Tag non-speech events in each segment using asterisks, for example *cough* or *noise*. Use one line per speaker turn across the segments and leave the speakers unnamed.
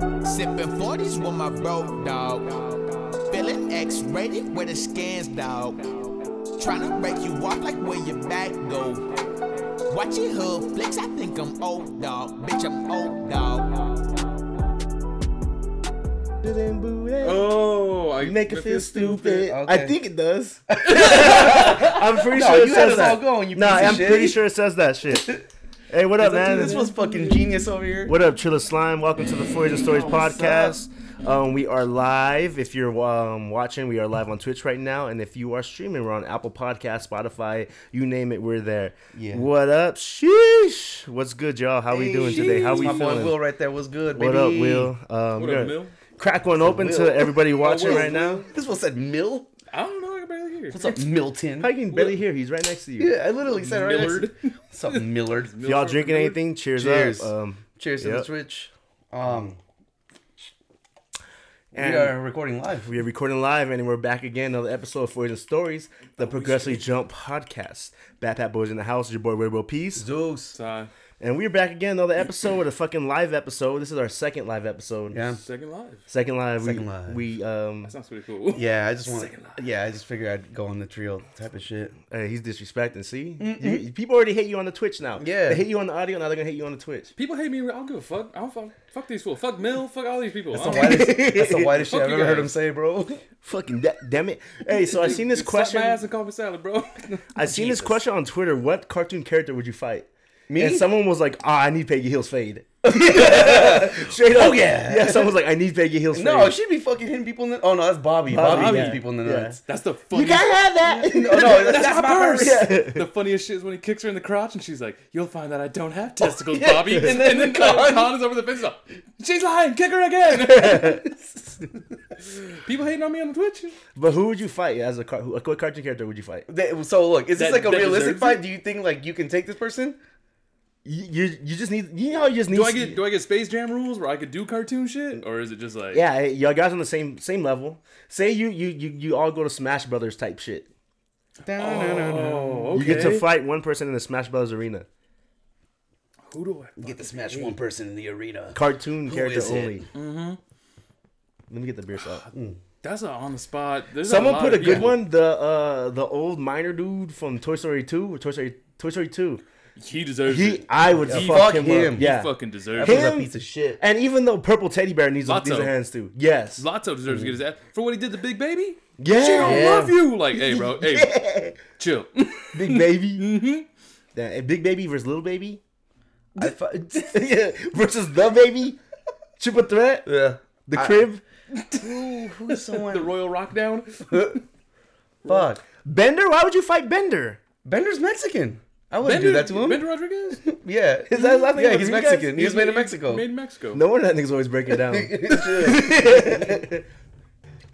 Popping 40s with my bro, dog. Feeling X rated with the scans, dog. Tryna break you off like where your back go. Watch your hood flicks, I think I'm old, dog. Bitch, I'm old, dog.
Oh, I
Make it feel stupid.
I think it does.
*laughs* I'm pretty
No,
sure it
you had
says
us
that.
all going, you
nah,
piece of
I'm
shit.
pretty sure it says that shit.
*laughs*
hey, what up, man?
This was fucking genius over here.
What up, Trilla Slime? Welcome to the Forage and Stories podcast. Um, we are live. If you're um, watching, we are live on Twitch right now, and if you are streaming, we're on Apple Podcast, Spotify, you name it, we're there.
Yeah.
What up? Sheesh. What's good, y'all? How we doing today? How we
My boy
feeling?
Will right there was good,
what
baby.
up, Will? Um,
What
we're
up,
gonna
Mill?
Crack one open
Will.
to everybody watching
Will.
right now.
This one said Mill.
I don't know. I can barely hear.
What's up, Milton?
I can barely hear. He's right next to you.
Yeah, I literally said it right next
Millard.
to- What's up, Millard?
If y'all drinking anything, cheers,
Cheers.
up. Um,
Cheers to
Yep.
the Twitch. Um,
and-
we are recording live.
We are recording live and we're back again. Another episode of Forging Stories, the Progressively Jump podcast. Backpack Boys in the House, your boy Rainbow Peace.
Zeus.
Uh,
And we're back again, another episode with a fucking live episode. This is our second live episode.
Yeah.
second live.
Second live.
Second
we,
live.
We, um,
Sounds pretty cool.
Yeah, I just want. Yeah, I just figured I'd go on the trio type
*laughs*
of shit.
hey, he's disrespecting. See? You- people already hate you on the Twitch now.
Yeah.
They hate you on the audio, now they're going to hate you on the Twitch.
People hate me. I don't give a fuck. I don't fuck. Fuck these fools. Fuck Mill. Fuck all these people.
That's the
I don't-
*laughs* whitest, that's the whitest shit
Fuck you
I've ever heard
guys.
him
*laughs*
say, bro.
Fucking da- damn it. Hey, so I seen this
Just slap my ass
question.
and call me salad, bro. *laughs*
I seen this question on Twitter. What cartoon character would you fight?
Me?
And someone was like, "Ah, I need Peggy Hill's fade." *laughs* Straight up.
Oh, yeah.
Yeah, someone was like, "I need Peggy Hill's
No,
fade."
she be fucking hitting people in the. Oh no, that's Bobby. Bobby,
Bobby,
hits
yeah.
people in the
Yeah.
nuts.
That's the funniest.
have *laughs* that.
No, no, that's,
that's
that's
my purse.
Yeah.
*laughs* The funniest shit is when he kicks her in the crotch and she's like, "You'll find that I don't have testicles, Bobby."
And
And
then
then, and
Con-
Con, Con is over the fence. like, She's lying. Kick her again. *laughs* people hating on me on the Twitch.
*laughs* but who would you fight as a car- who, what cartoon character would you fight?
They- so look, is this
That-
like a
that
realistic
deserves
fight? Do you think like you can take this person?
You, you you just need you know how you just need.
Do I get do I get Space Jam rules where I could do cartoon shit, or is it just like
yeah, y'all guys on the same same level. Say you you you, you all go to Smash Brothers type shit.
Oh, okay.
You get to fight one person in the Smash Brothers arena.
Who do I?
Get to smash one person in the arena.
Cartoon character
is it?
only. Mm-hmm. Let me get the beer shot.
That's a on the spot. There's
Someone
lot
put a
of
good
people.
one. The uh the old miner dude from Toy Story Two or Toy Story Toy Story Two.
He deserves
He,
it.
I would
He-
fuck,
fuck
him,
him.
up.
He
Yeah.
He fucking deserves
Him-
it.
That's a piece of shit.
and even though purple teddy bear needs
Lotso.
these are hands too. Yes.
Lotso deserves to get his ass for what he did to Big Baby.
yeah.
She don't love you. Like, hey, bro, hey, chill.
*laughs*
*laughs*
Big baby. mm-hmm. big baby versus little baby. *laughs*
I fu- *laughs*
yeah. Versus the baby. Triple threat.
yeah.
The crib.
Ooh, who's someone?
*laughs* the Royal Rock
*laughs*
down.
Fuck.
Bender. Why would you fight Bender?
Bender's Mexican. I wouldn't
Bender,
do that to him.
Bender
*laughs*
Rodriguez.
yeah.
Is that his last name?
yeah, he's
Rodriguez?
Mexican. He was made in
Made
*laughs* Mexico.
in Mexico.
No wonder that nigga's always breaking
*laughs*
down. *laughs*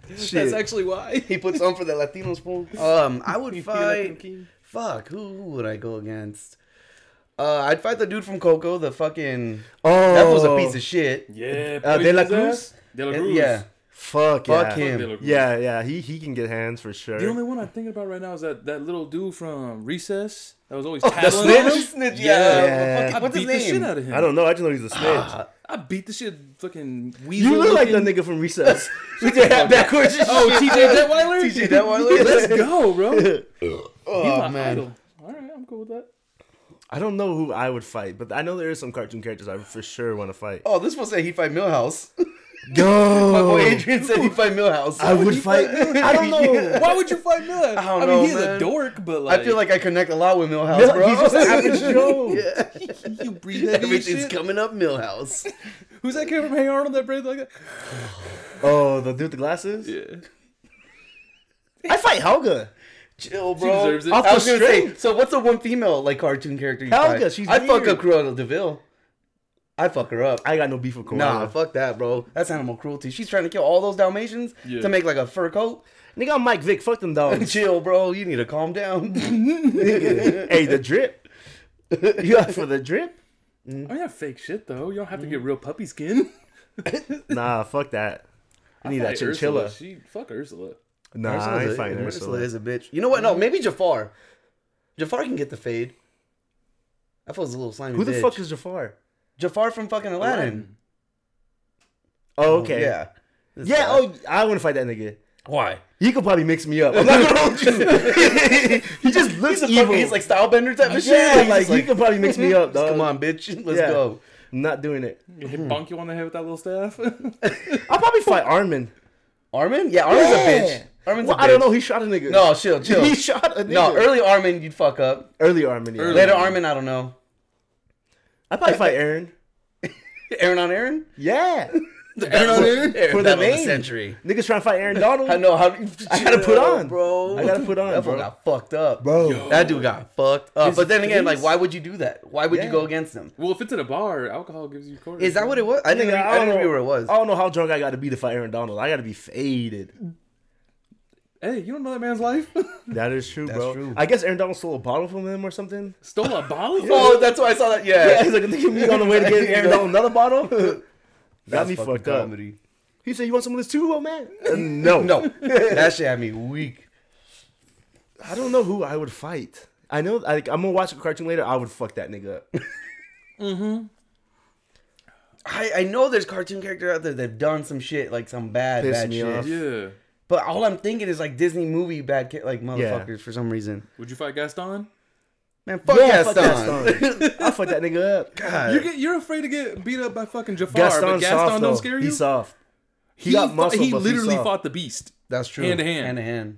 that's
Shit.
actually why.
He puts on for the Latinos, fool. Um, I
*laughs*
would fight.
King.
Fuck. Who who would I go against? Uh, I'd fight the dude from Coco. The fucking.
oh,
That was a piece of shit.
Yeah.
Uh, De La
Poiso's ass.
Cruz?
De La Cruz.
Yeah.
Fuck.
Fuck
yeah.
him.
De La Cruz.
Yeah, yeah. He he can get hands for sure.
The only one I'm thinking about right now is that, that little dude from Recess that was
Oh,
always
The
tattling on him.
snitch. snitch, Yeah.
Yeah.
Fucking-
I
What's
beat
his
the shit out
name?
of him.
I don't know. I just know he's a snitch.
I beat the shit fucking weasel.
Ah, You look like the
looking-
nigga from
*laughs*
Recess *laughs* with your hat backwards. and
Oh, TJ Detweiler?
TJ Detweiler?
*laughs* Let's go, bro. He's
Oh
my
man.
idol. All right, I'm cool with that.
I don't know who I would fight, but I know there is some cartoon characters I for sure want to fight.
Oh, this one said he'd fight Millhouse. *laughs*
Yo,
My boy Adrian said he'd fight Millhouse.
Oh. I would fight.
*laughs*
I don't know.
Why would you fight Miller? I,
don't
mean,
know,
he's
man.
a dork, but like,
I feel like I connect a lot with Millhouse,
He's
bro.
just an
*laughs*
average Joe.
you breathe heavy and
Everything's
shit.
coming up Millhouse.
Who's that kid from Hey Arnold that breathes like that?
Oh, the dude with the glasses.
Yeah.
I fight Helga.
*laughs* Chill, bro.
deserves it. Off
I
the
was gonna say.
strength.
So, what's a one female like cartoon character? You
Helga,
fight?
she's
I fuck
weird.
up Cruella Deville. I fuck her up.
I got no beef with Koala.
Nah, fuck that, bro. That's animal cruelty. She's trying to kill all those Dalmatians
Yeah.
to make like a fur coat. *laughs*
nigga, I'm Mike Vick. Fuck them dogs.
Chill, bro. You need to calm down.
hey, the drip.
*laughs*
You up for the drip?
I mean, that Oh, fake shit though. You don't have to get real puppy skin.
Nah, fuck that. I need that
Like,
chinchilla.
Ursula, she fuck Ursula.
Nah, I ain't fighting Ursula.
is a bitch. You know what? No, maybe Jafar. Jafar can get the fade. That feels a little slimy.
Who the
bitch.
fuck is Jafar?
Jafar from fucking Aladdin?
Oh, okay.
Yeah. This
Yeah.
guy.
Oh, I want to fight that nigga.
Why?
He could probably mix me up. I'm
*laughs*
not gonna hold you. *laughs* he just looks
he's a
evil.
fucking, he's like stylebender type of shit.
yeah,
I'm
he's just like, he could probably mix me
*laughs*
up, dog.
Come on, bitch. Let's
Yeah.
go.
I'm not doing it.
You hit bonk you on the head with that little staff? *laughs*
I'll probably fight Armin.
Armin? Yeah, Armin's a bitch.
Yeah.
Armin's
Well,
a bitch.
I don't know. He shot a nigga. *laughs*
No, chill, chill.
he shot a nigga.
no, early Armin, you'd fuck up.
early Armin. Yeah.
Early.
Later Armin, I don't know. *laughs*
I probably fight Aaron.
Aaron on Aaron? *laughs*
Yeah,
Aaron on Aaron?
For
For the
the name.
name.
century.
niggas trying to fight Aaron Donald.
*laughs* I know how.
I gotta put on.
bro.
I gotta put on,
That
bro.
fool got fucked up,
Bro.
Yo.
That dude got fucked up.
His
but then again, like,
face.
why would you do that? Why would you
Yeah.
go against him?
well, if it's in a bar, alcohol gives you quarters.
Is that what it was? I didn't.
Nigga,
even- I didn't remember what it
I
was.
don't know how drunk I got to be to fight Aaron Donald. I got to be faded.
Hey, you don't know that man's life? *laughs*
That is true, bro.
true.
I guess Aaron Donald stole a bottle from him or something.
Stole a bottle?
Oh, that's why I saw that.
Yeah, *laughs*
Yeah,
he's like, nigga, me on the way to
*laughs*
get Aaron Donald another bottle. got me
That's
fucked
fucking
up.
comedy.
He said, "You want some of this too, old man?" Uh, *laughs* no,
No, that shit had me weak.
I don't know who I would fight. I know I, I'm gonna watch a cartoon later. I would fuck that
*laughs*
nigga up.
I, I know there's cartoon characters out there that've done some shit like some bad
Piss
bad
me
shit,
off.
Yeah.
but all I'm thinking is like Disney movie bad ca- like motherfuckers for some reason.
Would you fight Gaston?
Man, fuck
Yeah,
Gaston.
fuck Gaston. I fuck that nigga
*laughs*
up.
God.
You get, you're afraid to get beat up by fucking Jafar, but
Gaston's
Gaston
soft
don't
though.
scare you.
He's soft. He,
He
got
fought-
muscle.
He
but
literally
soft.
fought the beast
That's true.
Hand to hand.
Hand to hand.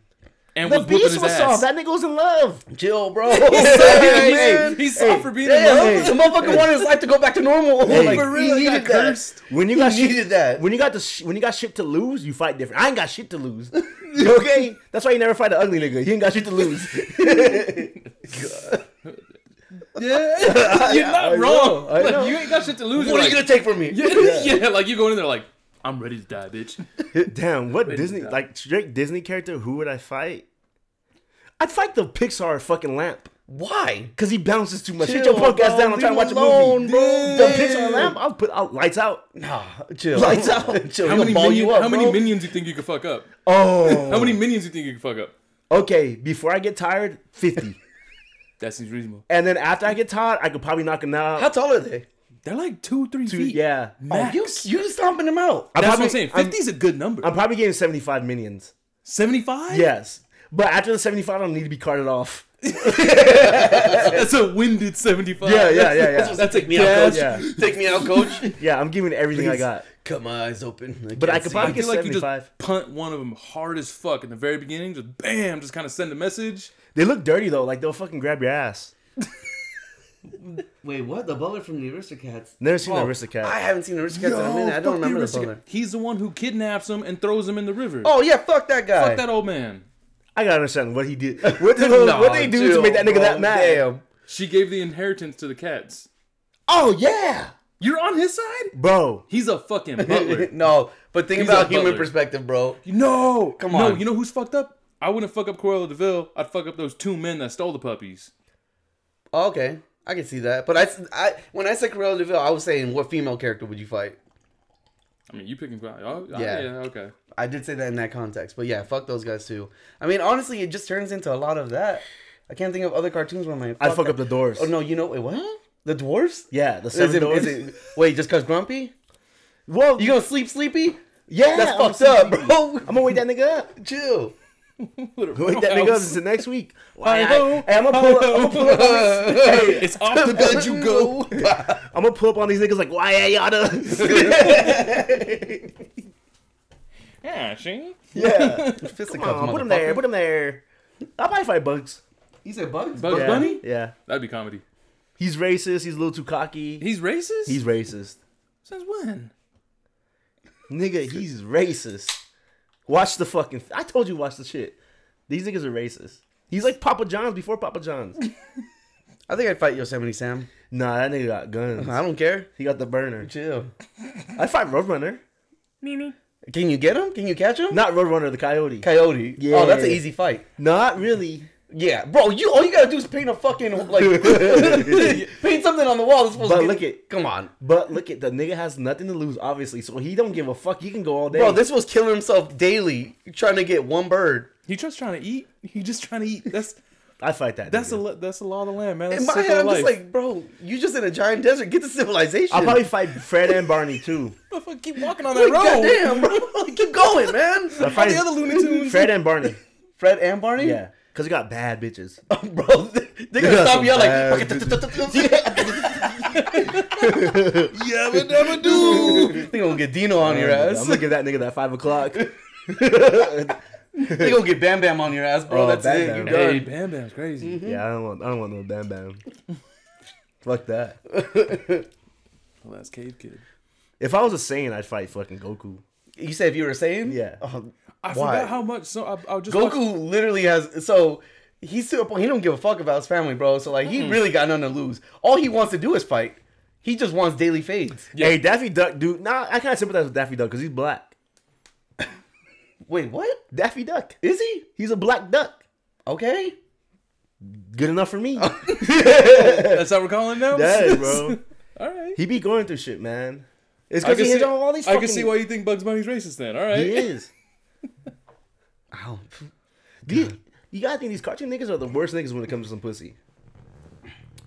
and
The
was whooping his
beast was
ass.
soft. That nigga was in love.
Chill,
*laughs*
*laughs*
bro.
Hey,
man.
he's soft for being in
Yeah,
love.
Hey. *laughs*
the motherfucker wanted his life to go back to normal. like,
For real, he
he
got
needed that.
cursed.
When you
He
got shit,
needed that.
when you got the sh- when you got shit to lose, you fight different. I ain't got shit to lose.
*laughs*
okay, that's why you never fight an ugly nigga. He ain't got shit to
*laughs*
lose.
Yeah, *laughs* you're not
I
wrong.
know, I
Like,
know.
you ain't got shit to lose.
what are
You're
you gonna
*laughs* like,
take from me?
yeah. like you going in there like, I'm ready to die, bitch.
Damn, what Disney
die.
like straight Disney character? Who would I fight? I'd fight the Pixar fucking lamp
Why?
because he bounces too much. Shut
Chill,
your punk ass
bro.
down. I'm trying to
Leave
watch
him
a
alone,
movie.
bro.
The Pixar lamp. I'll put out lights out.
Nah, chill.
Lights out.
chill.
How
He'll
many
ball
minions?
you up,
how many
bro.
minions you think you could fuck up?
Oh,
How many minions you think you could fuck up?
*laughs* okay. Before I get tired, fifty.
That seems reasonable.
And then after I get tired, I could probably knock him out.
How tall are they?
They're like two, three
Two-
feet.
yeah.
Oh,
max.
you you stomping them out.
I'm
That's
probably-
what I'm saying.
I'm-
50 is a good number.
I'm probably getting 75 minions.
75?
Yes. But after the 75, I don't need to be carted off.
That's a winded 75.
Yeah, yeah, yeah, yeah.
That's, that's a
Take me out,
gas.
coach.
Yeah.
Take me out, coach. *laughs*
Yeah, I'm giving everything I
Please.
got.
Cut my eyes open.
But I
can't
could
see.
I
probably-
feel like you
75.
just punt one of them hard as fuck in the very beginning. Just bam, just kind of send a message.
They look dirty, though. Like, they'll fucking grab your ass.
Wait, what? The butler from the Aristocats?
Never seen
Oh,
the Aristocats.
I haven't seen Aristocats in a minute. I
fuck
don't
the
remember the
Aristoc-
butler.
He's the one who kidnaps him and throws him in the river.
Oh yeah, fuck that guy.
fuck that old man.
I gotta understand what he did. *laughs* What did what they do to
chill,
make that nigga
bro.
that mad?
Damn.
She gave the inheritance to the cats.
Oh, yeah.
You're on his side?
Bro.
He's a fucking butler.
*laughs*
no, but think
He's
about
a
human
butler.
perspective, bro.
no, come
on.
No, you know who's fucked up? I wouldn't fuck up Cruella Deville. I'd fuck up those two men that stole the puppies.
Oh, okay, I can see that. But I, I when I said Cruella Deville, I was saying what female character would you fight?
I mean, you picking? Oh, yeah.
Yeah.
yeah. Okay.
I did say that in that context, but yeah, fuck those guys too. I mean, honestly, it just turns into a lot of that. I can't think of other cartoons where I'm like,
I'd fuck
that.
up the doors.
Oh no, you know, wait, what? The dwarfs?
Yeah, the
Is
seven
it,
doors.
is it, wait, just cause grumpy?
Well,
You gonna sleep sleepy?
yeah.
That's
I'm
fucked
gonna-
up, bro.
I'm gonna wait that nigga up.
*laughs* Chill.
Wait that nigga up until next week. Hey,
Hi-ho,
I'm gonna pull up. I'm gonna pull up *laughs* on these-
it's off the bed you go.
*laughs* I'm gonna pull up on these niggas like, why yeah, yada?
*laughs*
Yeah, she.
*laughs* yeah.
Fist
Come on, put him there. Put him there. I'll probably fight Bugs.
He said bugs.
Bugs
Yeah.
Bunny?
Yeah.
That'd be comedy.
He's racist. He's a little too cocky.
He's racist.
He's racist.
since when?
Nigga, he's racist. Watch the fucking. I told you, watch the shit. These niggas are racist. He's like Papa John's before Papa
*laughs*
John's.
I think I'd fight Yosemite Sam.
nah, that nigga got guns.
I don't care.
He got the burner.
Chill.
I'd fight Roadrunner.
Can you get him? Can you catch him?
Not Roadrunner, the coyote.
Coyote.
Yeah.
Oh, that's an easy fight.
Not really.
Yeah, bro. You all you gotta do is paint a fucking like paint something on the wall. That's supposed
But
to
look at-
Come on,
But look at the nigga has nothing to lose, obviously. So he don't give a fuck. He can go all day.
bro. This was killing himself daily trying to get one bird.
He just trying to eat. He just trying to eat. That's
I fight that.
That's
nigga.
the li- that's the law of the land, man. That's
In
the
my
circle
head,
of
I'm just
life.
like, bro, you just in a giant desert. Get to civilization.
I'll probably fight Fred and Barney
*laughs*
too.
Motherfucker, keep walking on that
like,
road.
*laughs*
goddamn, bro. Keep going, man.
All the other Looney Tunes.
Fred and Barney.
Fred and Barney.
Yeah, because we got bad bitches.
*laughs* Oh, bro. They, they
got
gonna stop
some
y'all
bad
like.
Yabba dabba doo.
*laughs* they gonna get Dino on your
I'm
ass.
gonna give that nigga that five
*laughs*
o'clock.
They gonna get Bam Bam on your ass, bro.
Oh,
That's
Bam
it.
Bam.
You
Hey,
done. Mm-hmm.
Bam Bam's crazy.
yeah, I don't want. I don't want no bam bam.
*laughs*
Fuck that.
Well, Oh, that's Cave Kid.
If I was a Saiyan, I'd fight fucking Goku.
You said if you were saying,
Yeah.
Oh,
I
why?
forgot how much. So I, I just
Goku
watched-
literally has so he's to a point he don't give a fuck about his family, bro. So like he really got nothing to lose. All he wants to do is fight. He just wants daily fades.
Hey, Daffy Duck, dude. Nah, I kind of sympathize with Daffy Duck because he's black.
Wait, what?
Daffy Duck.
Is he?
He's a black duck.
Okay.
Good enough for
*laughs*
me.
Oh, that's how we're calling it now. *laughs*
yeah, bro.
All right.
He be going through shit, man. It's
I
because
can,
he
see,
hit on all these.
I
Fucking,
can see why you think Bugs Bunny's racist then. All
he
right.
is. *laughs*
Ow.
Do you, you gotta think these cartoon niggas are the worst niggas when it comes to some pussy.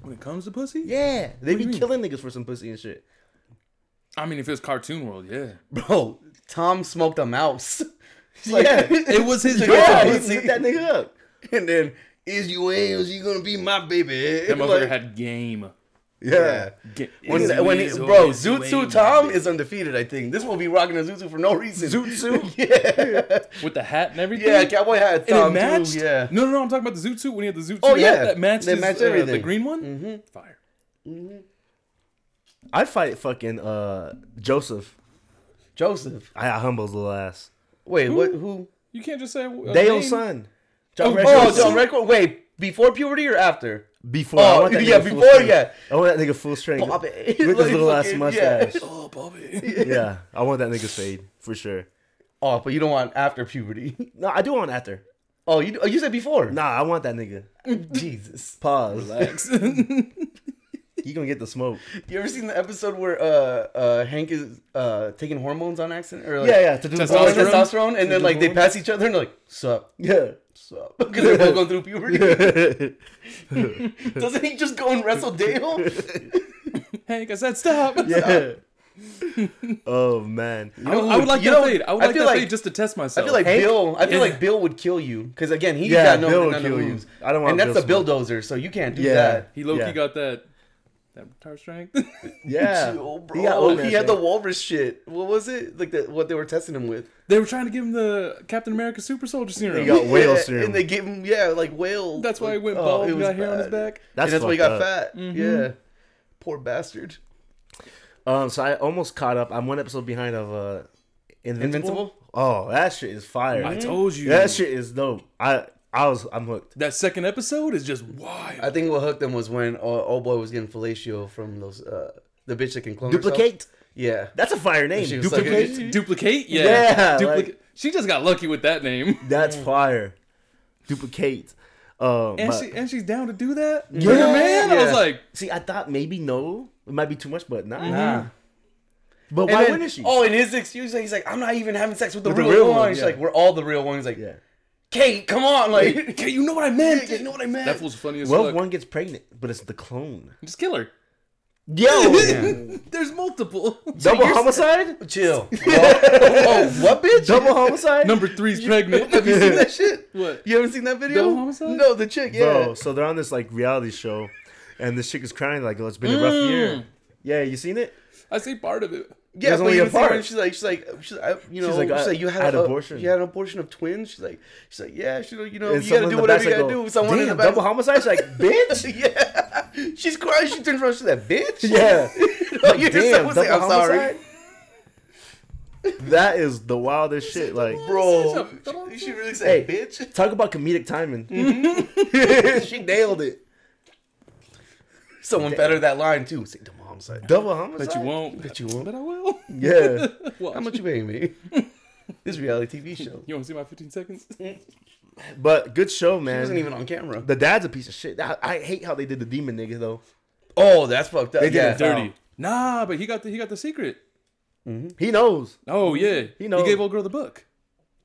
When it comes to pussy,
Yeah, they be
mean?
killing niggas for some pussy and
*laughs*
shit.
I mean, if it's cartoon world,
*laughs*
yeah.
Bro, Tom smoked a mouse. *laughs*
yeah,
It was his.
yeah,
job.
he hit that nigga up.
And then is you ain't is you gonna be my baby?
That motherfucker
*laughs* Like,
had game.
yeah.
Ga- Is-
When, when he,
is-
bro,
is-
Zutsu
is-
Tom is undefeated. I think this will be rocking a Zutsu for no reason.
Zutsu?
*laughs* yeah,
*laughs* with the hat and everything.
yeah, cowboy hat.
and
Tom
it matched.
Too, yeah,
No, no, no. I'm talking about the zoot suit when he had the zoot suit.
Oh,
hat
yeah.
that matched.
They
his,
matched
uh, the
everything. Mm-hmm.
green one. Fire.
I fight fucking uh Joseph.
Joseph.
I got Humble's little ass.
Wait, what? Who?
You can't just say uh,
Dale's
name.
son.
Oh,
John
Oh,
Redcross.
Joseph.
John Redcord. Wait, before puberty or after?
Before,
Oh,
I want that
yeah,
nigga full
before,
strength.
yeah.
I want that nigga full strength
Bobby. *laughs*
with his
Like
little ass
fucking-
mustache. Yeah.
Oh, Bobby.
I want that nigga fade for sure.
Oh, but you don't want after puberty. *laughs*
No, I do want after.
Oh, you oh, you said before.
Nah, I want that nigga.
Jesus.
Pause. *laughs*
*laughs*
Relax.
You gonna get the smoke?
You ever seen the episode where uh uh Hank is uh taking hormones on accident or like,
Yeah, yeah. To do the
Oh, like
Testosterone?
testosterone, and then like they
Testosterone?
pass each other and they're like, sup,
Yeah.
sup, *laughs* because they're both going through puberty. Doesn't he just go
*laughs*
and wrestle Dale?
Hank, I said
*laughs*
stop.
yeah. *laughs* oh man.
I, would- I would like
You
that
know,
fade. I would
I
like
feel
that
like-
fade just to test myself.
I feel like
Hank-
Bill. I feel
Yeah.
like Bill would kill you because again, he
Yeah,
got no
Bill would
none to
kill you.
lose.
I don't want
and that's
Bill
a bulldozer, so you can't do
Yeah.
that.
he low
Yeah.
key got that that retard strength. *laughs*
Yeah.
Chill, bro.
He
He,
got old man
had the
strength.
walrus shit. What was it? Like the, what they were testing him with?
they were trying to give him the Captain America super soldier serum.
He got whale
Yeah,
serum.
And they gave him yeah, like
*laughs*
whale.
That's why he went
oh,
bald.
it
and
was
got hair on his
bad.
back.
That's
and that's why he
fucked
got
up.
fat. Yeah, poor bastard.
Um, so I almost caught up. I'm one episode behind of uh, Invincible.
Invincible?
Oh, that shit is fire.
I told you.
That shit is dope. I I was I'm hooked.
That second episode is just wild.
I think what hooked them was when uh, old boy was getting fellatio from those uh, the bitch that can clone herself.
Duplicate.
Yeah,
That's a fire name.
She was like-
Duplicate.
Duplicate? Yeah.
Yeah,
Duplic-
like-
she just got lucky with that name.
That's fire. Duplicate. Um,
And
but-
she and she's down to do that? Yeah,
Yeah.
man. I
Yeah.
was like,
see, I thought maybe no, it might be too much, but nah.
Nah.
But
Ah. Mm-hmm. And
Hmm. why
then-
wouldn't she?
Oh, and his excuse, like, he's like, I'm not even having sex with the,
With
real, one. She's
yeah.
like, we're all the real ones. He's like,
yeah.
*laughs* Kate, come on, like,
okay, you know what I meant.
you know what I meant.
That fool's funny as
Well,
fuck.
one gets pregnant, but it's the clone.
Just kill her.
Yo,
*laughs* There's multiple.
double homicide.
*laughs* *laughs* Chill. oh, what bitch?
Double homicide.
*laughs* Number three's pregnant. *laughs*
Have you seen *laughs* that shit?
What?
You haven't seen that video?
Double homicide?
No, the chick, yeah.
Bro, so they're on this like reality show, and this chick is crying like, "Oh, it's been a rough
Mm.
year." Yeah, you seen it?
I see part of it.
yeah,
there's
but
only a
you haven't seen her,
part.
and she's like, she's like, uh, she's like, I- you know,
She's
she's
like,
like,
I-
you had,
I had
a-
abortion.
You had an abortion of twins. She's like, she's like, yeah, she, you know,
And
you gotta
someone in
do
the
whatever you
back's
gotta
like,
do.
"Oh,
with Someone in the
damn,
back,
double homicide. She's like,
*laughs*
bitch.
yeah, she's crying. She turns around. She's like, bitch.
Yeah.
*laughs*
*laughs*
Like,
Like,
you're
damn,
supposed
double
to say, I'm sorry,
homicide? *laughs* That is the wildest shit. Like,
bro.
Such a double
She, she really said,
Hey.
bitch.
talk about comedic timing.
*laughs* she nailed it. Someone better that line too. Say double homicide.
Double homicide.
But you won't.
Bet you won't.
But I will.
Yeah.
How much you paying me? *laughs* this reality TV show. *laughs* He
*laughs* You want to see my 15 seconds?
But good show, man.
wasn't even on camera.
The dad's a piece of shit. I, I hate how they did the demon nigga though.
oh, that's fucked up.
They did
yeah.
it
Dirty. Nah, but he got the he got the secret.
He knows.
Oh yeah.
He knows.
He gave old girl the book.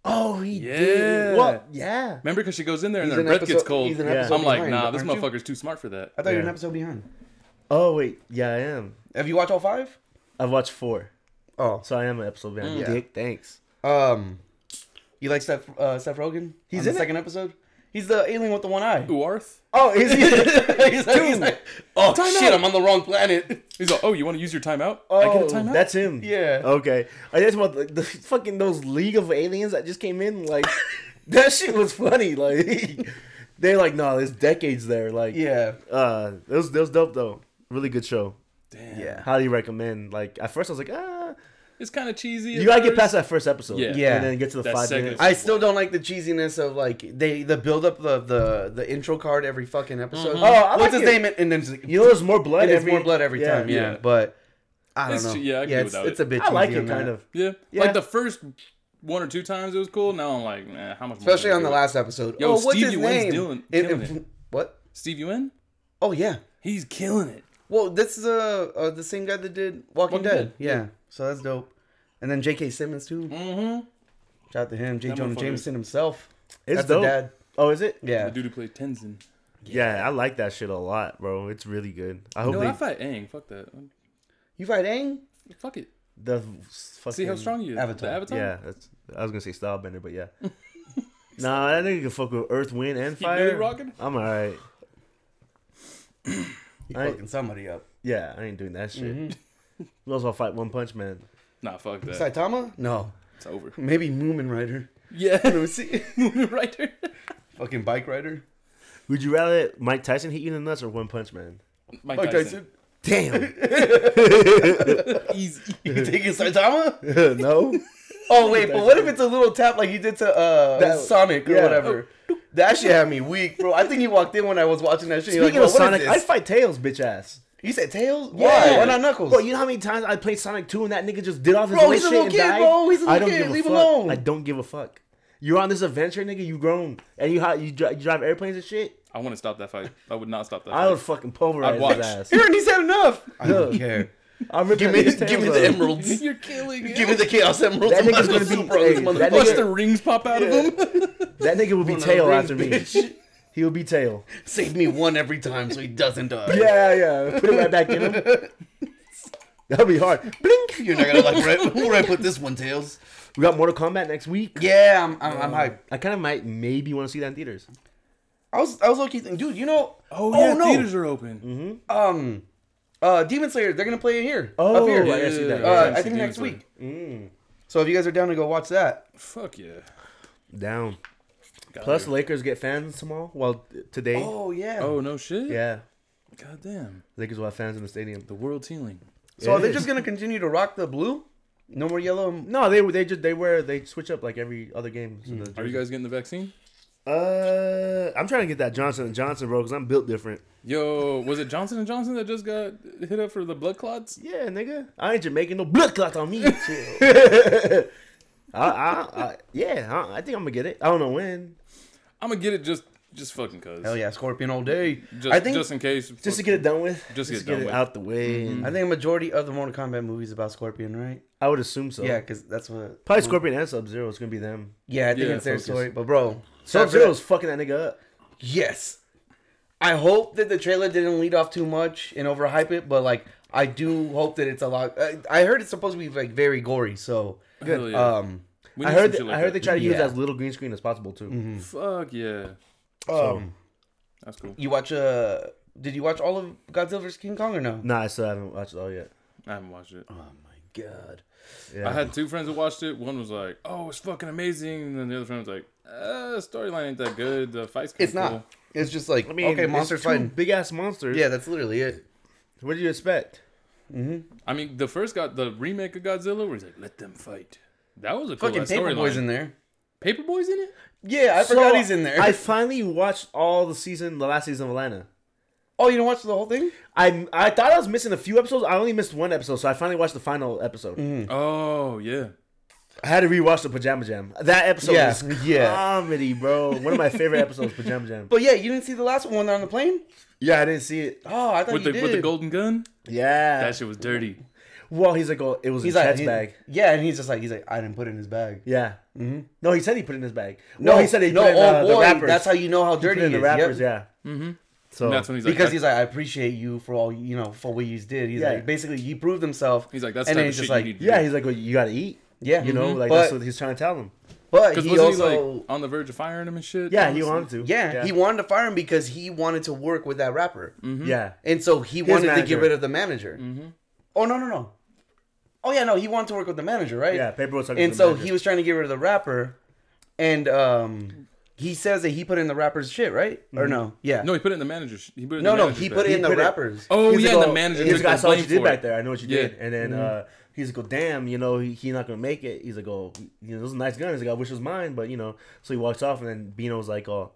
Oh, he
Yeah.
did. Well, yeah.
Remember, because she goes in there and
He's
her
an
breath gets
episode-
cold.
he's an
I'm
episode
like,
behind,
nah, this
aren't you?
motherfucker's too smart for that.
I thought you were an
Yeah.
episode behind.
Oh wait, yeah, I am.
Have you watched all five?
I've watched four,
Oh,
so I am an episode behind.
Yeah.
Dick, thanks.
um, you like Seth uh, Seth Rogen? He's
in
the
it?
second episode. He's the alien with the one eye.
Uarth?
Oh,
*laughs*
is he? *laughs* he's like, he's
Dude.
like, oh
Time
shit,
out.
I'm on the wrong planet.
He's like, oh, you want to use your timeout? I
Oh,
get a timeout.
That's him.
Yeah.
Okay. I just want the, the fucking those League of Aliens that just came in.
*laughs*
Like that shit was funny. Like *laughs* they like no, there's decades there. Like
Yeah.
uh, it was it was dope though. Really good show.
Damn.
Yeah.
Highly recommend. Like at first I was like ah,
It's kind of cheesy.
you gotta get past that first episode.
Yeah.
Yeah.
And then get to the
That
five
second
minutes.
I still don't like the cheesiness of like they the build up the the the intro card every fucking episode.
Mm-hmm.
Oh, I like
what's his
it.
name? And then it's like,
you know, there's more blood.
it is
every-
more blood every
yeah.
time. Yeah,
yeah.
but I don't
It's
know.
che- yeah, I can
yeah,
do
it's,
without
it's
it.
a bit.
I like
cheesy
it
on
kind
that.
of.
Yeah.
Yeah.
Like the first one or two times it was cool. Now I'm like, man, how much more? can
especially
I
on the
do it?"
last episode.
Yo,
oh, what's
Stevie
his
Wonder's
name?
doing-
It-
killing
it-
it.
What?
Steve, you in?
Oh yeah.
He's killing it.
Well, this is uh, uh the same guy that did Walking,
Walking
Dead.
Dead,
Yeah. so that's dope. And then J.K. Simmons too.
Mm-hmm.
Shout out to him, J.
That
Jonah
motherfucker.
Jameson himself.
It's
That's the
dope.
dad.
Oh, is it?
The
Yeah,
dude who played Tenzin.
Yeah, I like that shit a lot, bro. It's really good. I hope
No,
they,
I fight Aang. Fuck that.
you fight Aang.
Fuck it.
the fucking
See how strong you is.
Avatar.
The Avatar.
Yeah, that's, I was gonna say Stylebender,
*laughs*
but yeah. nah, that nigga can fuck with Earth, Wind, and Fire.
really rocking?
I'm alright.
You
I-
fucking somebody up.
Yeah, I ain't doing that shit.
Mm-hmm.
*laughs* We also fight One Punch Man.
Nah, fuck that.
Saitama? No,
It's
*laughs*
over.
maybe Moomin Rider. Let
Yeah.
me see.
*laughs* right
*laughs*
there.
fucking bike rider.
Would you rather Mike Tyson hit you in the nuts or One Punch
*laughs*
Man?
Mike
Mike
Tyson.
*laughs* Tyson.
Damn.
Easy.
You taking Saitama?
*laughs* no.
Oh wait, but what if it's a little tap like he did to uh
That-
Sonic or
yeah.
whatever? That shit had me weak, bro. I think he walked in when I was watching that shit. Speaking like,
Speaking
"Well,
of Sonic,
I
I'd fight Tails, bitch ass.
you said Tails?
Yeah.
Why? Why not Knuckles?
Bro, you know how many times I played Sonic 2 and that nigga just did off his
Bro,
own
he's a
shit
little
and
kid,
died?
bro. He's a
I
little
don't
kid.
give a
Leave him
fuck.
alone.
I don't give a fuck. You're on this adventure, nigga. You grown and you how you, dri- you drive airplanes and shit.
I want to stop that fight. I would not stop that
I
fight.
would fucking pulverize
I'd watch.
his ass.
Aaron, he's had enough. I
don't
care.
I'm ripping
Give me,
that nigga's
*laughs* give me
tails
the
off.
emeralds.
You're killing it.
Give me the chaos emeralds.
That
I'm not
nigga's
gonna
gonna be-
super on this
hey, that
motherfucker.
Watch the rings pop out of him.
*laughs*
That nigga will be
One of
tail
the
after me.
rings, bitch.
He will be tail.
Save me one every time so he doesn't die.
Yeah, yeah. *laughs* Put it right back in him.
*laughs*
That'll be hard. Blink.
You're not gonna like right, where I *laughs* put this one, Tails.
We got Mortal Kombat next week.
Yeah, I'm, I'm, I'm hyped.
I kind of might maybe want to see that in theaters.
I was, I was low key thinking, dude. You know,
*laughs* Oh yeah,
no.
theaters are open.
um, uh, Demon Slayer, they're gonna play it here.
Oh,
up here.
yeah, Mm. I gotta see that.
Uh,
Yeah,
I think
Demon
next
Slayer.
week. So if you guys are down to go watch that,
Fuck yeah.
Down.
Got
Plus,
it.
Lakers get fans tomorrow. Well, t- today.
oh yeah.
oh no shit.
Yeah.
God damn.
Lakers will have fans in the stadium.
The world's healing.
so are they
is.
just gonna continue to rock the blue? No more yellow. and-
No, they they just they wear they switch up like every other game.
Hmm.
So the
Are you guys getting the vaccine?
Uh, I'm trying to get that Johnson and Johnson, bro, because I'm built different.
Yo, was it Johnson and Johnson that just got hit up for the blood clots?
Yeah, nigga, I ain't Jamaican. No blood clots on
*laughs*
me. Chill. I, I, I, yeah, I, I think I'm gonna get it. I don't know when.
I'm gonna get it just just fucking cause.
Hell yeah, Scorpion all day.
Just,
I think
just in case.
Just to get it done with.
Just to get it done
it
with.
out the way. and-
I think a majority of the Mortal Kombat movies about Scorpion, right?
I would assume so.
Yeah, because that's what.
Probably Scorpion and Sub Zero. It's gonna be them.
Yeah, I think
Yeah,
it's their
focus.
story. But bro,
Sub Zero's fucking that nigga up.
Yes. I hope that the trailer didn't lead off too much and overhype it, but like I do hope that it's a lot. I, I heard it's supposed to be like very gory, so
Hell yeah.
um,
We
I
need
heard.
some
That,
shit like
I heard they
that.
try to use
Yeah. Mm-hmm.
as little green screen as possible too.
*laughs* Fuck yeah.
um,
That's cool.
you watch uh did you watch all of Godzilla vs King Kong or no?
Nah, I still haven't watched it all yet.
I haven't watched it.
Oh my god.
Yeah.
I had two friends that watched it. One was like, "Oh, it's fucking amazing," and then the other friend was like, "Uh, storyline ain't that good. The fights." kinda
It's not.
cool."
It's just like
I mean,
okay,
it's
monsters
two
fighting.
big ass monsters.
Yeah, that's literally it.
What do you expect?
I mean, the first got the remake of Godzilla where he's like, "Let them fight." That was a cool
Fucking
ass
Paperboy's
storyline.
in there.
Paperboy's in it.
Yeah, I forgot he's in there.
I finally watched all the season, the last season of Atlanta.
*laughs* oh, you don't watch the whole thing?
I I thought I was missing a few episodes. I only missed one episode, so I finally watched the final episode.
Mm-hmm. Hmm.
Oh yeah.
I had to rewatch the Pajama Jam. That episode
Yeah,
was
*laughs* yeah.
comedy, bro. One of my favorite episodes, Pajama Jam.
But yeah, you didn't see the last one when they're on the plane?
yeah, I didn't see it.
Oh, I thought
With the
you did.
with the golden gun,
Yeah,
that shit was dirty.
Well, he's like, oh, it was
He's
in
like,
Chet's
he-
bag.
yeah, and he's just like, he's like, I didn't put it in his bag.
Yeah. Mm-hmm. No, he said he put it in his bag.
No,
No, he said he
no,
put it in
oh
uh, the
boy,
rappers.
that's how you know how
he put
dirty
it in the
he is, yep.
rappers. Yeah. Mm-hmm. So
And that's when he's like,
because
that-
he's like, I appreciate you for all you know for what you did. He's
Yeah.
like, basically, he proved himself.
He's like, that's the
and then
type of
he's
shit
just
you
like,
need to
yeah, he's like, well, you got to eat.
yeah,
You know, like
Mm-hmm. but,
that's what he's trying to tell them.
but
because
he
wasn't
also,
he like on the verge of firing him and shit?
Yeah, he
Honestly.
wanted to.
yeah, he wanted to fire him because he wanted to work with that rapper,
Mm-hmm.
Yeah.
and so he wanted to
manager.
get rid of the manager. Oh no, no, no. Oh yeah, no, he wanted to work with the manager, right?
Yeah, Paper was talking
Mm-hmm. and
to the
so
manager.
he was trying to get rid of the rapper, and um, he says that he put in the rapper's shit, right? Or no? Yeah.
Mm-hmm. No, he put it in the manager's. sh- He put it in
no,
the
no.
manager's
He
bag.
put it in the
put it-
rapper's.
Oh
He's
yeah,
like,
and the manager.
He's
took
like, I
the
saw what you
blame
did
for
back
it.
there. I know what you
Yeah. Mm-hmm.
did. And then uh, he's like, oh, damn, you know, he, he not gonna make it. He's like, oh, you know, this is a nice gun. He's like, I wish it was mine, but you know. So he walks off, and then Bino was like, oh,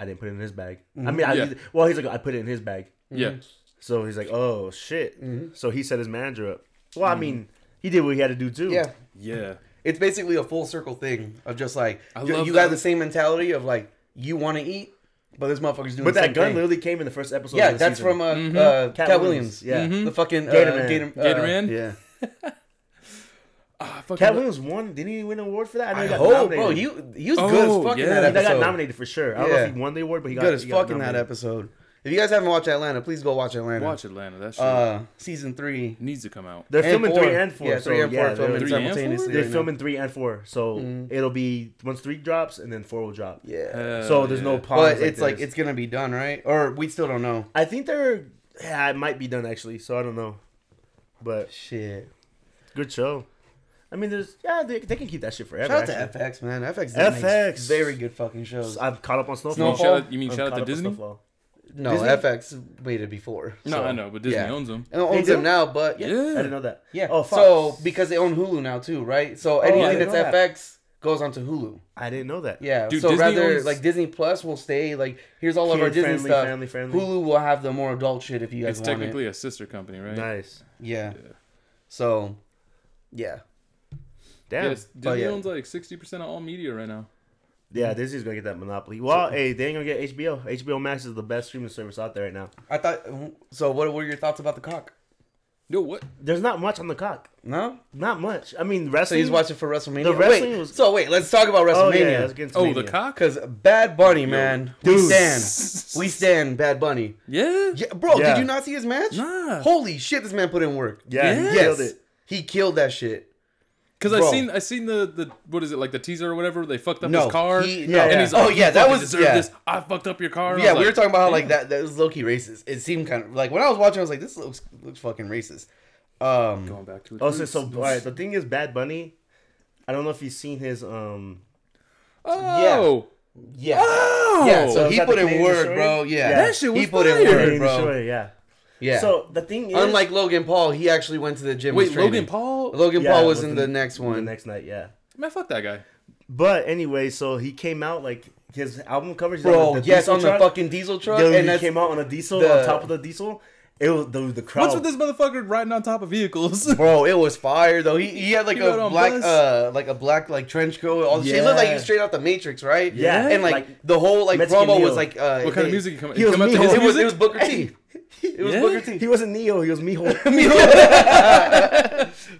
I didn't put it in his bag. I mean, I,
Mm-hmm. Yeah.
well, he's like, I put it in his bag.
Yeah,
So he's like, oh shit.
Mm-hmm.
So he set his manager up. Well, I mean, he did what he had to do too.
Yeah.
yeah.
It's basically a full circle thing of just like
I
you,
love
you
that.
got the same mentality of like you want to eat, but this motherfucker's doing.
But
the
that
same
gun
thing.
literally came in the first episode.
Yeah,
of the
that's
season.
from uh, uh, Cat,
Cat
Williams.
Williams, yeah.
the fucking uh,
Gator Man.
Gator, uh,
Mm-hmm. Gator Man?
Yeah.
Ah, I fucking
Cat
lo-
Williams won. Didn't he win an award for that? I, know he got
Oh,
nominated.
bro, you you's
Oh,
good as fuck
yeah.
in that
That
episode.
got nominated for sure. I don't know
Yeah.
if he won the award, but he got
Good as
he got
fuck in that
nominated.
episode. If you guys haven't watched Atlanta, please go watch Atlanta.
watch Atlanta. That shit
uh, season three.
needs to come out.
They're
and
filming
four.
three and four.
Yeah,
so
three and four
yeah, they're-
filming Mm-hmm.
Three and four?
simultaneously.
They're
right now.
filming three and four, so it'll be once three drops and then four will drop.
Uh, Yeah.
Hell
So there's no
yeah.
pause.
but it's like
this.
it's gonna be done, right? Or we still don't know.
I think they're. Yeah, it might be done actually. So I don't know, but
Shit.
good show. I mean, there's yeah, they, they can keep that shit forever.
Shout out
actually.
to FX, man. FX.
FX.
FX. Very good fucking shows.
I've caught up on
You
Snowfall.
mean,
Snowfall?
shout out, you mean
I've
shout out
caught
to
up on
Disney?
Snowfall.
No,
Disney?
FX waited before.
No,
so,
I know, but Disney
yeah.
owns them.
And it owns
They
them
do?
now, but yeah.
Yeah,
I didn't know that.
Yeah.
Oh, Fox.
so because they own Hulu now too, right? So
I
anything
didn't
that's
know that.
FX goes onto Hulu.
I didn't know that.
Yeah.
Dude,
so
Disney
rather
owns-
like Disney Plus will stay like here's all of our Disney
Kid-friendly,
stuff.
family-friendly.
Hulu will have the more adult shit if you
it's
guys want it.
technically a sister company, right?
Nice.
Yeah. So, yeah.
Damn.
Yes, Disney
But yeah.
owns like sixty percent of all media right now.
Yeah, Disney's gonna get that monopoly. Well, hey, they ain't gonna get HBO. HBO Max is the best streaming service out there right now.
I thought. So, what were your thoughts about the cock?
Yo, what?
There's not much on the cock.
No.
Not much. I mean,
So
wrestling.
he's watching for WrestleMania.
The wrestling
wait,
was-
So wait, let's talk about
Oh yeah, let's
WrestleMania.
get into
Oh,
Mania.
the cock.
Because Bad Bunny, man, we
Dude.
*laughs*
stand. We stand, Bad Bunny.
Yeah.
Yeah, bro,
Yeah.
did you not see his match?
Nah.
Holy shit, this man put in work.
Yeah,
Yes.
he killed
Yes.
it.
He killed that shit.
Because I
Bro.
seen I seen the the what is it like the teaser or whatever they fucked up
No,
his car.
he-
no.
And he's
Yeah.
like,
Oh,
"You
yeah, that
fucking
was-
deserve
yeah.
this. I fucked up your car. I was
Yeah, we were
like,
talking about how like that that was low key racist. It seemed kind of like when I was watching, I was like, this looks looks fucking racist. Um,
Going back to it.
Oh, so, so all right. The thing is, Bad Bunny. I don't know if you've seen his um.
oh,
yeah, yeah. So
So is
he
that
put
the
in
Canadian
work,
destroyer?
bro. Yeah,
Yeah. That shit
he
was
put in
fire.
work,
Canadian
bro.
Destroyer, yeah.
Yeah.
So the thing is,
Unlike Logan Paul, he actually went to the gym. and was
wait,
training.
Logan Paul.
Logan
Yeah,
Paul was
with
in
the-
the next
the
one.
next night, yeah.
Man, fuck that guy.
But anyway, so he came out like his album covers.
Bro, yes, on the fucking diesel truck,
Dude,
and
he
that's
came out on a diesel
the-
on top of the diesel. It was the, the crowd.
What's
Oh.
with this motherfucker riding on top of vehicles? *laughs*
bro, it was fire though. He he had like
He rode
a
on
black
bus.
uh like a black like trench coat. All the shit. It looked like he was
Yeah.
straight out the Matrix, right?
Yeah.
and like,
Like,
the whole like
Mexican
promo
Neo.
was like uh,
what kind
they-
of music he come?
he
He
was
come out to
Mijo.
his
*laughs* It was,
music.
it was Booker T. It was
Yeah.
Booker
*laughs*
T.
He wasn't Neo. He was
*laughs*
Mijo.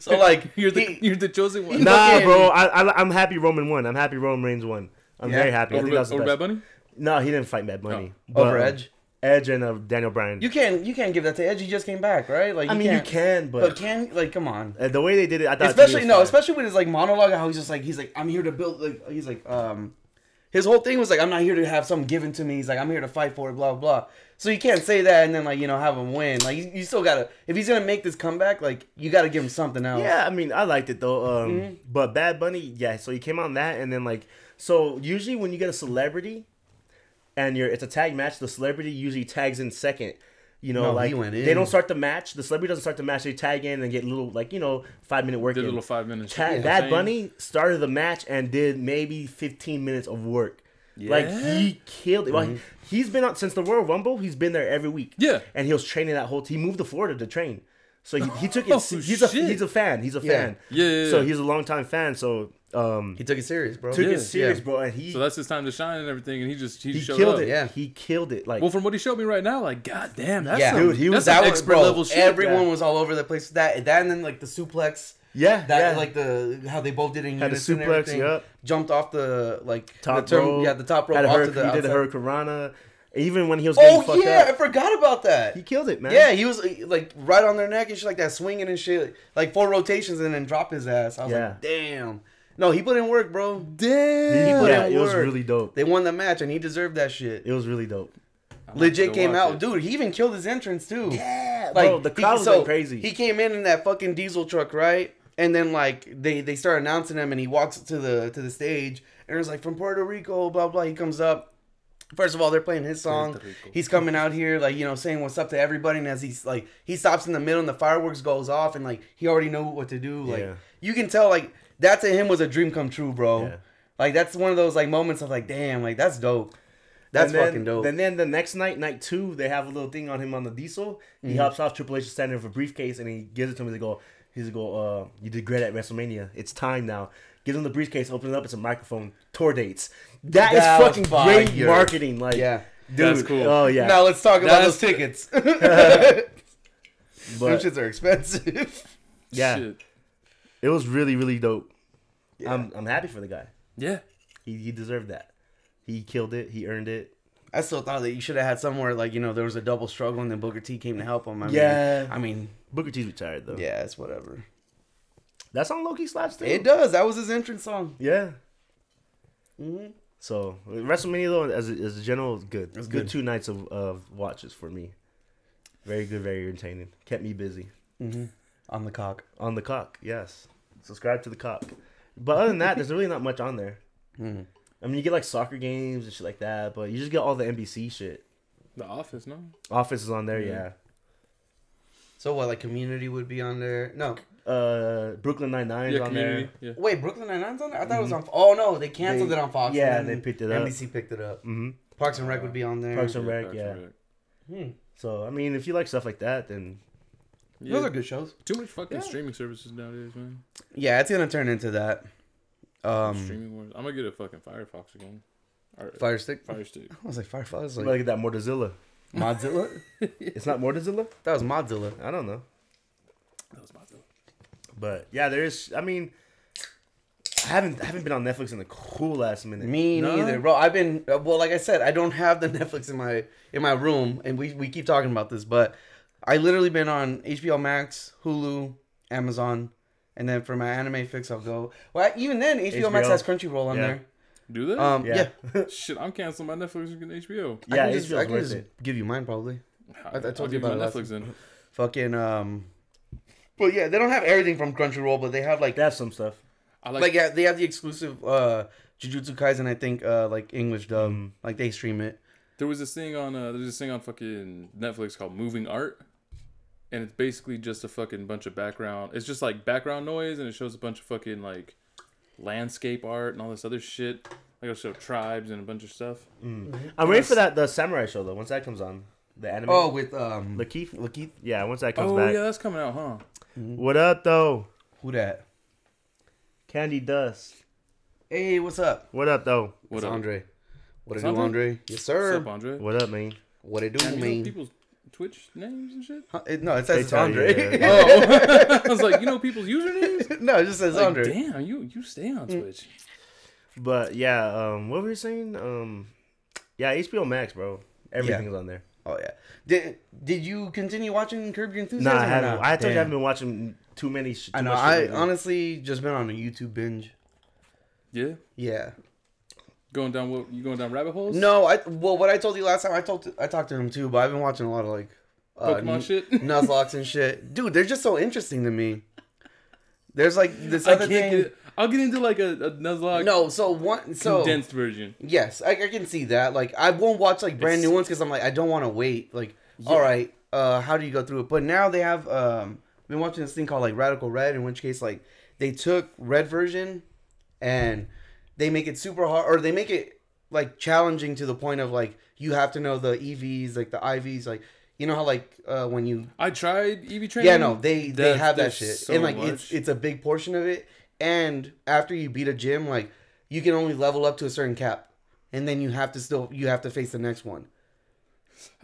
So like
you're the
he-
you're the chosen one.
No,
nah,
fucking-
bro. I, I I'm happy Roman won. I'm happy Roman Reigns won. I'm
Yeah.
very happy. I
over
think that was the
over
best.
Bad Bunny.
No, he didn't fight Bad Bunny.
Oh, Over
um,
Edge?
Edge and uh, Daniel Bryan.
you can't you can't give that to Edge. He just came back, right? Like
I mean, you can, but,
but can like come on.
uh, the way they did it, I thought.
Especially
it was
no,
fine.
especially with his like monologue, how he's just like he's like I'm here to build. Like he's like um, his whole thing was like I'm not here to have something given to me. He's like I'm here to fight for it. Blah blah. So you can't say that and then like you know have him win. Like you, you still gotta if he's gonna make this comeback, like you gotta give him something else.
Yeah, I mean, I liked it though. Um, But Bad Bunny, yeah. So he came on that, and then like, so usually when you get a celebrity, and you're it's a tag match, the celebrity usually tags in second. You know,
No, he
like
went
they
in.
don't start the match. The celebrity doesn't start the match. They tag in and get little like you know five minute work.
Did a
in.
little five minutes.
Ta-
Yeah.
Bad
thing.
Bunny started the match and did maybe 15 minutes of work. Like he killed it. Well,
Mm-hmm.
he, has been out since the Royal Rumble. He's been there every week.
Yeah.
and he was training that whole. He moved to Florida to train, so he, he took it.
Oh, *laughs*
se- he's a
shit.
he's a fan. He's a
Yeah.
fan.
Yeah, yeah,
So
yeah.
he's a longtime fan. So Um,
He took it serious, bro.
took
Yeah.
it serious,
Yeah.
bro, and he
So that's his time to shine and everything, and he just he,
he
showed
killed
up.
it.
Yeah.
he killed it. Like
Well, from what he showed me right now, like, god damn, that's
Yeah,
some,
Dude, he was-
that's some
that was
expert
bro.
level shit.
everyone
yeah.
was all over the place. with That that and then like the suplex.
yeah,
That
yeah.
like the how they both did it in
Had a
unison and
suplex,
everything.
yup.
Jumped off the like
top
the term-
rope.
Yeah, the top rope
Had a
off to
hurric-
the
he did a
outside.
hurricanrana. Even when he was getting
Oh
fucked
yeah, I
up,
forgot about that.
he killed it, man.
yeah, he was uh, like right on their neck and shit like that, swinging and shit, like four rotations and then dropped his ass. I was
Yeah.
like, damn. No, he put in work, bro.
Damn.
He put
Yeah,
out- it was
word.
really dope.
They won the match and he deserved that shit.
It was really dope.
Legit
Go
came
watch
out,
it.
dude. He even killed his entrance too.
Yeah,
like
bro, the
he-
crowd was
so
going crazy.
He came in in that fucking diesel truck, right? And then like they they start announcing him, and he walks to the to the stage, and it's like from Puerto Rico, blah blah. He comes up. First of all, they're playing his song. He's coming out here, like you know, saying what's up to everybody. And as he's like, he stops in the middle, and the fireworks goes off, and like he already knew what to do. Like
Yeah.
you can tell, like that to him was a dream come true, bro.
Yeah.
Like that's one of those like moments of like, damn, like that's dope. That's
and then,
fucking dope.
And then the next night, night two, they have a little thing on him on the diesel. He hops off. Triple H is standing with a briefcase, and he gives it to him. He's go, he's go, uh, you did great at WrestleMania. It's time now. Gives him the briefcase, opens it up. It's a microphone. Tour dates. that is
That was
fucking
fire.
great marketing. Like,
Yeah.
dude,
That's cool.
Oh yeah.
Now let's talk about
That's-
those tickets.
*laughs*
*laughs*
but
Them shits are expensive. *laughs*
yeah,
Shit.
it was really, really dope. I'm, I'm happy for the guy.
Yeah.
He, he deserved that. He killed it. He earned it.
I still thought that you should have had somewhere like you know there was a double struggle and then Booker T came to help him. I
Yeah.
mean, I mean,
Booker T's retired though.
yeah, it's whatever.
That's on Loki slaps too.
It does. That was his entrance song.
Yeah.
Mm-hmm.
So WrestleMania though, as a, as a general, is good. It's good.
good.
two nights of, of watches for me. Very good, very entertaining. Kept me busy
On the cock.
on the cock. Yes, subscribe to the cock. But other than that, there's really not much on there.
Mm-hmm.
I mean, you get like soccer games and shit like that, but you just get all the NBC shit.
The Office, no?
Office is on there, yeah.
Mm-hmm.
So what? Like Community would be on there. No,
Uh, Brooklyn Nine Nine's
Yeah,
on
Community.
there.
Yeah.
wait, Brooklyn Nine Nine's on there. I thought it was on. Oh no, they canceled
Mm-hmm. They-
it on Fox.
yeah,
and then
they picked it up.
NBC picked it up. Mm-hmm. Parks and Rec would be on there.
Parks and
Yeah,
Rec,
Parks
yeah.
and Rec.
So I mean, if you like stuff like that, then
Yeah.
Those are good shows.
Too much fucking streaming services nowadays, man.
Yeah, it's gonna turn into that. Um,
Streaming wars. I'm gonna get a fucking Firefox again. Or
Fire Stick.
Fire Stick.
I was like Firefly. I was
you
like
like that Mordazilla. *laughs*
Modzilla.
It's
*laughs*
not Mordazilla.
That was Modzilla.
I don't know.
That was my thought.
But yeah, there is. I mean, I haven't I haven't been on Netflix in a cool last minute.
Me
No?
neither, bro. I've been uh, well, like I said, I don't have the *laughs* Netflix in my in my room, and we we keep talking about this, but I literally been on HBO Max, Hulu, Amazon, and then for my anime fix, I'll go. Well, I- even then, HBO, Max
HBO.
has Crunchyroll on
Yeah.
Do they?
there. Um, yeah,
*laughs* Yeah.
Shit, I'm canceling my Netflix and getting HBO.
I
Yeah,
can
it's
just, I
just
can
worth
just
it.
give you mine probably. I
I'll
told
give
you about
my
it last
Netflix then.
Fucking um, but yeah, they don't have everything from Crunchyroll, but they have like
They have some stuff.
I
like yeah, they have the exclusive uh Jujutsu Kaisen, I think uh like English dub,
Mm.
like they stream it.
There was this thing on uh, there's this thing on fucking Netflix called Moving Art, and it's basically just a fucking bunch of background. It's just like background noise, and it shows a bunch of fucking like landscape art and all this other shit. Like it'll show tribes and a bunch of stuff.
I'm ready for that the samurai show though. Once that comes on, the anime.
Oh, with um,
Lakeith.
Lakeith,
Yeah, once that comes
Oh
back.
yeah, that's coming out, huh?
What up though?
who that?
Candy Dust.
Hey, what's up?
What up though?
What
it's
up?
Andre. What it
It's
do,
Andre?
Andre? Yes,
What's
sir.
up, Andre?
What up, man?
What it do,
Damn, you know
mean?
people's Twitch names and shit.
Huh? It- no, it says
They
it's
tell you,
Andre. *laughs*
Oh, I was like, you know people's usernames.
no, it just says
Like,
Andre.
damn, Oh, you you stay on
Mm.
Twitch.
But yeah, um, what were you saying? Um, yeah, HBO Max, bro. Everything's on there.
Oh yeah. Did Did you continue watching Curb
Nah,
Your Enthusiasm?
I haven't.
Or not?
I told you I
Damn.
haven't been watching too many. Sh- too
I know.
much shit
I
lately.
honestly just been on a YouTube binge.
Yeah,
Yeah.
going down what you going down rabbit holes?
No, I well, what I told you last time, I told I talked to him too, but I've been watching a lot of like uh,
Pokemon
n-
shit? *laughs*
Nuzlocke and shit. Dude, they're just so interesting to me. There's like this
I
other
can't
thing.
get. I'll get into like a, a Nuzlocke
No, so one so
condensed version.
Yes, I, I can see that. Like, I won't watch like brand new ones because I'm like, I don't want to wait. Like, all right, uh, how do you go through it? But now they have um, I've been watching this thing called like Radical Red, in which case like they took Red version and they make it super hard, or they make it like challenging to the point of like you have to know the EVs, like the IVs, like you know how like uh, when you
I tried EV training.
yeah, no, they they
That-
have that
there's
shit,
so
and like
much.
it's it's a big portion of it, and after you beat a gym, like you can only level up to a certain cap, and then you have to still you have to face the next one.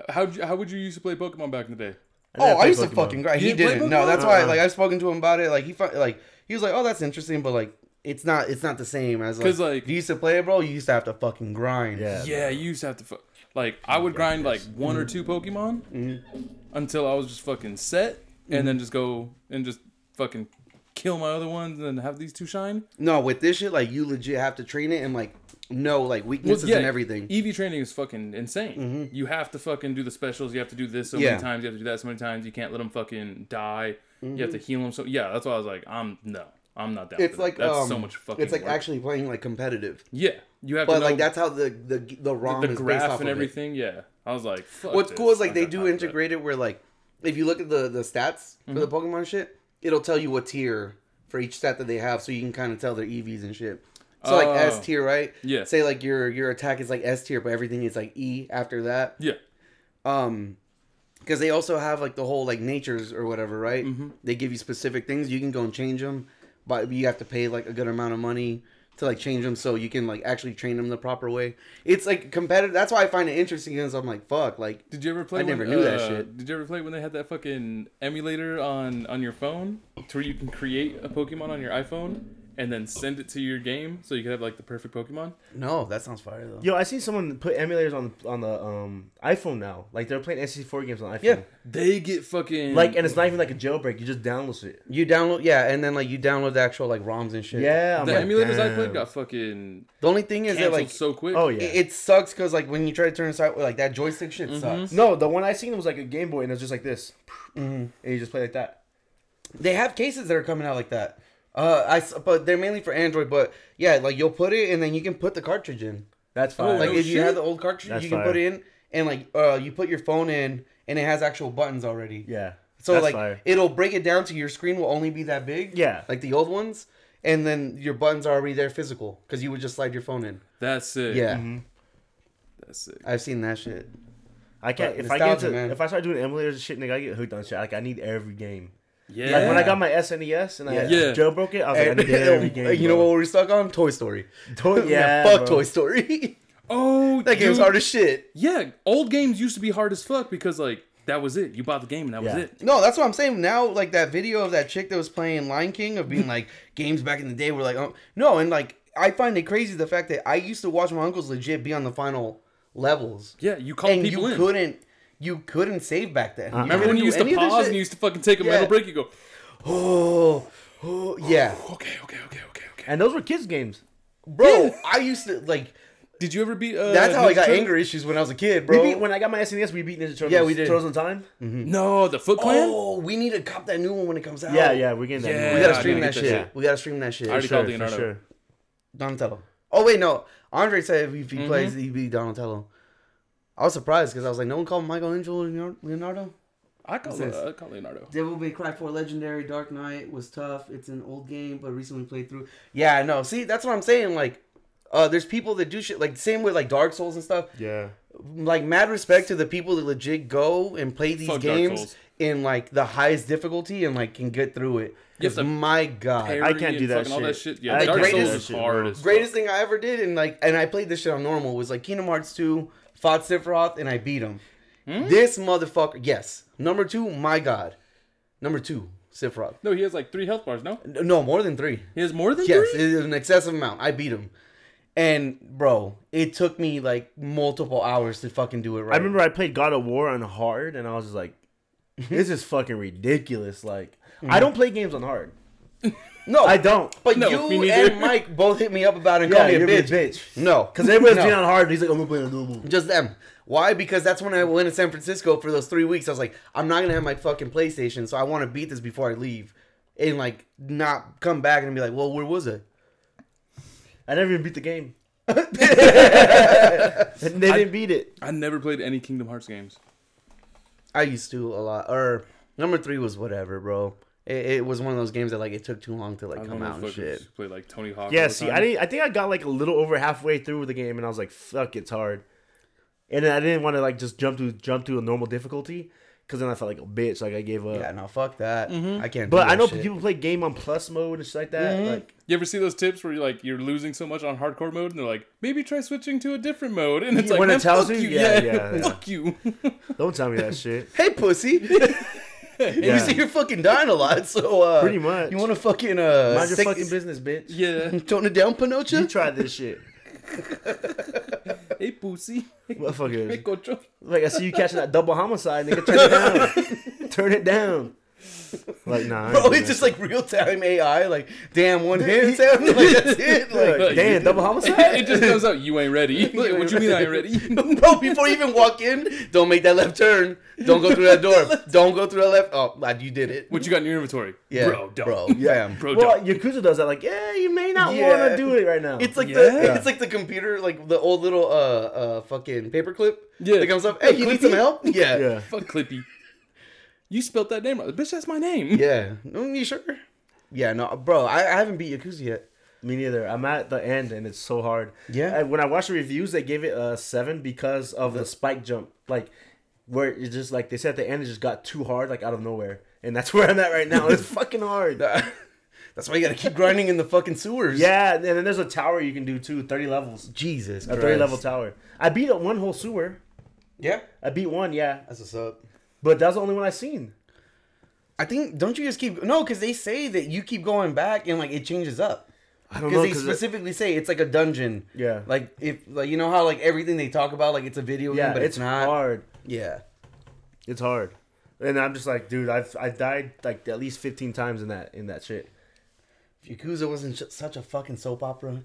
How how would you used to play Pokemon back in the day?
Oh, I used to
Pokemon.
fucking grind. He
didn't Uh-uh. play
didn't. No,
Pokemon?
that's why. Like I've spoken to him about it. Like he fu- like he was like, "Oh, that's interesting," but like it's not. It's not the same as like.
'Cause, like-
if you used to play it, bro. You used to have to fucking grind.
Yeah.
Yeah, you used to have to fu- like I would grind like one
Mm-hmm.
or two Pokemon until I was just fucking set, and
Mm-hmm.
then just go and just fucking kill my other ones, and then have these two shine.
No, with this shit, like you legit have to train it and like know like weaknesses and everything. Mm-hmm.
EV E training is fucking insane. You have to fucking do the specials. You have to do this so
Yeah.
many times. You have to do that so many times. You can't let them fucking die. You have to heal them. So yeah, that's why I was like, I'm no, I'm not down.
Mm-hmm. It's
for
like
that. that's
um,
so much fucking.
It's like
work.
actually playing like competitive,
yeah, you have to
but
know
like that's how the the the ROM
the
is based
graph
off
and
of it.
everything. Yeah, I was like, fuck
What's
this.
cool is like
I
they
got time
do
for that.
integrate it where like if you look at the the stats for the
Mm-hmm.
Pokemon shit, it'll tell you what tier for each stat that they have, so you can kind of tell their EVs and shit. So like S
Oh.
tier, right?
Yeah.
Say like your your attack is like S tier, but everything is like E after that.
Yeah,
Um, because they also have like the whole like natures or whatever, right? They give you specific things you can go and change them, but you have to pay like a good amount of money to like change them so you can like actually train them the proper way. It's like competitive. That's why I find it interesting because I'm like, fuck, like
Did you ever play?
I
when,
never knew that
uh,
shit.
Did you ever play when they had that fucking emulator on on your phone, to where you can create a Pokemon on your iPhone and then send it to your game, so you could have like the perfect Pokemon?
no, that sounds fire though.
Yo, I seen someone put emulators on on the um iPhone now. Like they're playing SC4 games on iPhone.
Yeah.
They get fucking
Like, and it's not even like a jailbreak. You just download it.
You download, yeah, and then like you download the actual like ROMs and shit.
Yeah. I'm
the
like,
emulators I
damn.
played got fucking
The only thing is that
canceled
like
so quick.
Oh
it,
yeah.
it sucks because like when you try to turn it side, like that joystick shit sucks.
no, the one I seen was like a Game Boy, and it was just like this, and you just play like that.
They have cases that are coming out like that. Uh, I s- but they're mainly for Android. But yeah, like you'll put it and then you can put the cartridge in.
That's fine.
Like
Oh, no
if you
shit?
have the old cartridge,
That's
you can
fire.
put it in and like uh, you put your phone in and it has actual buttons already.
yeah.
So
That's
like
fire.
it'll break it down to your screen will only be that big.
Yeah.
Like the old ones, and then your buttons are already there physical because you would just slide your phone in.
that's it.
Yeah,
Mm-hmm.
that's it.
I've seen that shit.
I can't.
But
If I get
nostalgia,
to,
man.
if I start doing emulators and shit, nigga, I get hooked on shit. Like I need every game.
Yeah.
Like when I got my SNES and I
Yeah.
jailbroke it, I was like, I
And,
need *laughs* every game.
*laughs* you know what we're stuck on? Toy Story.
Toy- *laughs* yeah,
fuck
bro.
Toy Story. *laughs*
oh,
that game's
dude.
hard as shit.
Yeah, old games used to be hard as fuck because like that was it. You bought the game and that
Yeah.
was it.
No, that's what I'm saying. Now, like that video of that chick that was playing Lion King
*laughs*
of being like games back in the day were like, oh no, and like I find it crazy the fact that I used to watch my uncles legit be on the final levels,
Yeah, you called
and
people
you
in.
couldn't, you couldn't save back then.
Remember when you used to pause and you used to fucking take a
Yeah.
mental break? You go,
oh, oh, *gasps* yeah,
okay, okay, okay, okay, okay.
And those were kids games.
bro. I used to like.
Did you ever beat? Uh,
That's how I
Ninja
got
Turtles?
anger issues when I was a kid,
We
bro.
beat, when I got my SNES, we beat Ninja Turtles.
Yeah, we did.
Turtles in Time.
No, the Foot Clan.
oh, we need to cop that new one when it comes out.
Yeah, yeah, we're getting that.
Yeah.
We
movie.
gotta
I
stream
didn't
that
get
shit.
that
shit.
We gotta stream that shit.
already
Sure,
called
for
Leonardo.
sure.
Donatello. Mm-hmm. Oh wait, no. Andre said if he plays, he'd be Donatello. I was surprised because I was like, no one called Michelangelo Leonardo.
I call,
What's
uh, I call Leonardo.
Devil May Cry 4 Legendary Dark Knight was tough. It's an old game, but recently played through. Yeah, no. See, that's what I'm saying. Like, uh, there's people that do shit like same with like Dark Souls and stuff.
Yeah.
Like, mad respect to the people that legit go and play these
Fuck Dark
games
Souls.
in like the highest difficulty and like can get through it.
have
Because
to
my god,
Parody
can't
and
do that
fucking All that
shit.
shit. Yeah,
I
Dark
can't do
Souls
that
is
shit,
hard
bro.
as fuck.
greatest thing I ever did, and like, and I played this shit on normal was like Kingdom Hearts two, fought Sephiroth, and I beat him.
Hmm?
This motherfucker, yes, number two, my god, number two, Sephiroth.
No, he has like three health bars. No,
N- No, more than three.
he has more than
Yes,
three.
it is an excessive amount. I beat him, and bro, it took me like multiple hours to fucking do it right.
I remember I played God of War on hard, and I was just like, "This is fucking ridiculous." Like, I don't play games on hard.
no,
I don't.
But
No, me
you
neither.
and Mike both hit me up about it and
Yeah,
called me a
you're a
bitch.
bitch. *laughs*
No,
Because everybody's
no.
being on hard, and he's like, "I'm gonna play on normal."
Just them. Why? Because that's when I went to San Francisco for those three weeks. I was like, I'm not gonna have my fucking PlayStation, so I want to beat this before I leave, and like not come back and be like, well, where was it?
I never even beat the *laughs* game. And they didn't beat it.
I never played any Kingdom Hearts games.
I used to a lot. Or number three was whatever, bro. It, it was one of those games that like it took too long to like come out and shit.
Play like Tony Hawk. all
Yeah,
the
see,
time.
I didn't. I think I got like a little over halfway through the game, and I was like, "Fuck, it's hard." And then I didn't want to like just jump to jump to a normal difficulty because then I felt like a bitch. Like I gave up.
Yeah, no, fuck that. I can't.
Mm-hmm. But
do
I know
that shit.
people play game on plus mode and shit like that.
Mm-hmm.
Like
You ever see those tips where you're like you're losing so much on hardcore mode, and they're like, maybe try switching to a different mode, and it's like,
When it
"Man,
tells
fuck
you?
you,
Yeah,
yeah, *laughs*
yeah, yeah.
fuck you.
don't tell me that shit.
Hey, pussy.
Yeah.
*laughs* You see, you're fucking dying a lot, so uh,
Pretty much.
You want to fucking uh,
Mind your
sick-
fucking business, bitch.
yeah,
tone it down,
*laughs* You
Pinocha?
tried this shit.
hey pussy, *laughs*
*laughs*
Motherfucker.
cocho.
Like I see you catching that double homicide, nigga. Turn it
*laughs*
down. turn it down. Like nah. I ain't
Bro,
doing
it's
that
just like real time AI. Like, damn, one hit sound. *laughs*
*laughs*
Like that's *laughs* it.
shit.
Like,
Like, damn, double homicide.
it just comes out. You ain't ready.
*laughs*
Like, what you mean I ain't ready?
bro, before you even walk in, don't make that left turn. Don't go through
*laughs*
that door. Don't go through that left. Oh, God, you did it.
what you got in your inventory?
Yeah,
bro, don't. *laughs*
bro,
Yeah.
fam.
Bro,
Well,
*laughs*
don't.
your cruiser does that. Like, yeah, you may not
Yeah.
want to do it right now.
It's like the
Yeah.
it's like the computer, like the old little uh uh fucking paperclip.
Yeah.
that comes up. Hey, you need
*laughs*
some help? Yeah,
yeah.
Fuck Clippy. You spelt that name right. Bitch, that's my name. *laughs*
yeah. No, you sure? Yeah, no, bro. I, I haven't beat Yakuza yet. *laughs*
Me neither. I'm at the end and it's so hard.
Yeah.
And when I watched the reviews, they gave it a seven because of the spike jump. Like, where it just like they said at the end, it just got too hard, like out of nowhere. And that's *laughs* where I'm at right now. It's fucking *laughs* hard.
That's why you gotta keep grinding in the fucking sewers.
Yeah. And then there's a tower you can do too, 30 levels.
Jesus.
A 30 level tower. I beat up one whole sewer.
Yeah.
I beat one, yeah.
That's what's up.
But that's the only one I seen.
I think don't you just keep no because they say that you keep going back and like it changes up.
I don't
Because
know.
they
'cause it-
specifically say it's like a dungeon.
Yeah.
Like if like you know how like everything they talk about like it's a video
yeah,
game but
it's
it's, not.
hard.
Yeah.
It's hard. And I'm just like, dude, I've I've died like at least 15 times in that in that shit.
Yakuza wasn't sh- such a fucking soap opera.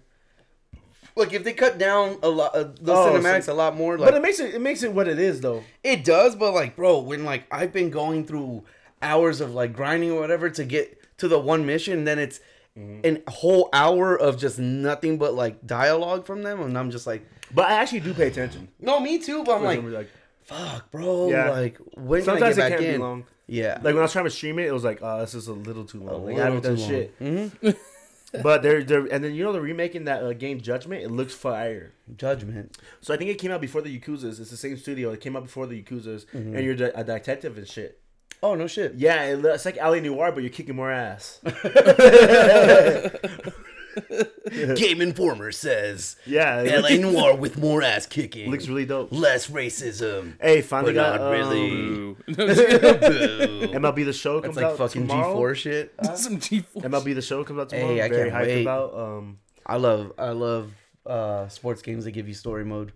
Look, if they cut down a lot, uh, the
Oh,
cinematics
so-
a lot more, like
But it makes it it makes it what it is though.
It does, but like, bro, when like I've been going through hours of like grinding or whatever to get to the one mission, then it's
Mm-hmm.
an whole hour of just nothing but like dialogue from them, and I'm just like,
But I actually do pay attention.
no, me too. But I'm like,
Sometimes, like,
fuck, bro,
Yeah.
like when can I
sometimes
get
it
back
can
in?
be long.
Yeah,
Like when I was trying to stream it, it was like, oh, this is a little too long. like, I haven't done
little too Mm-hmm.
shit. *laughs* but they're they're and then you know they're remaking that uh, game Judgment. It looks fire.
judgment.
So I think it came out before the Yakuza's. It's the same studio. It came out before the Yakuza's,
Mm-hmm.
and you're de- a detective and shit.
Oh no, shit.
*laughs* Yeah, it lo- it's like Ali Noir, but you're kicking more
*laughs*
ass.
Game
*laughs*
Informer says
Yeah, it looks-
LA Noir with more ass kicking,
looks really dope.
less racism.
Hey, finally
But
got *laughs*
not really.
um,
*laughs*
Ooh.
Boo.
MLB the show comes
That's like
out
fucking G
tomorrow.
four shit.
Some G4.
MLB the show comes out tomorrow.
Hey, I
Very
can't
hyped
wait.
about. Um,
I love I love uh sports games that give you story mode.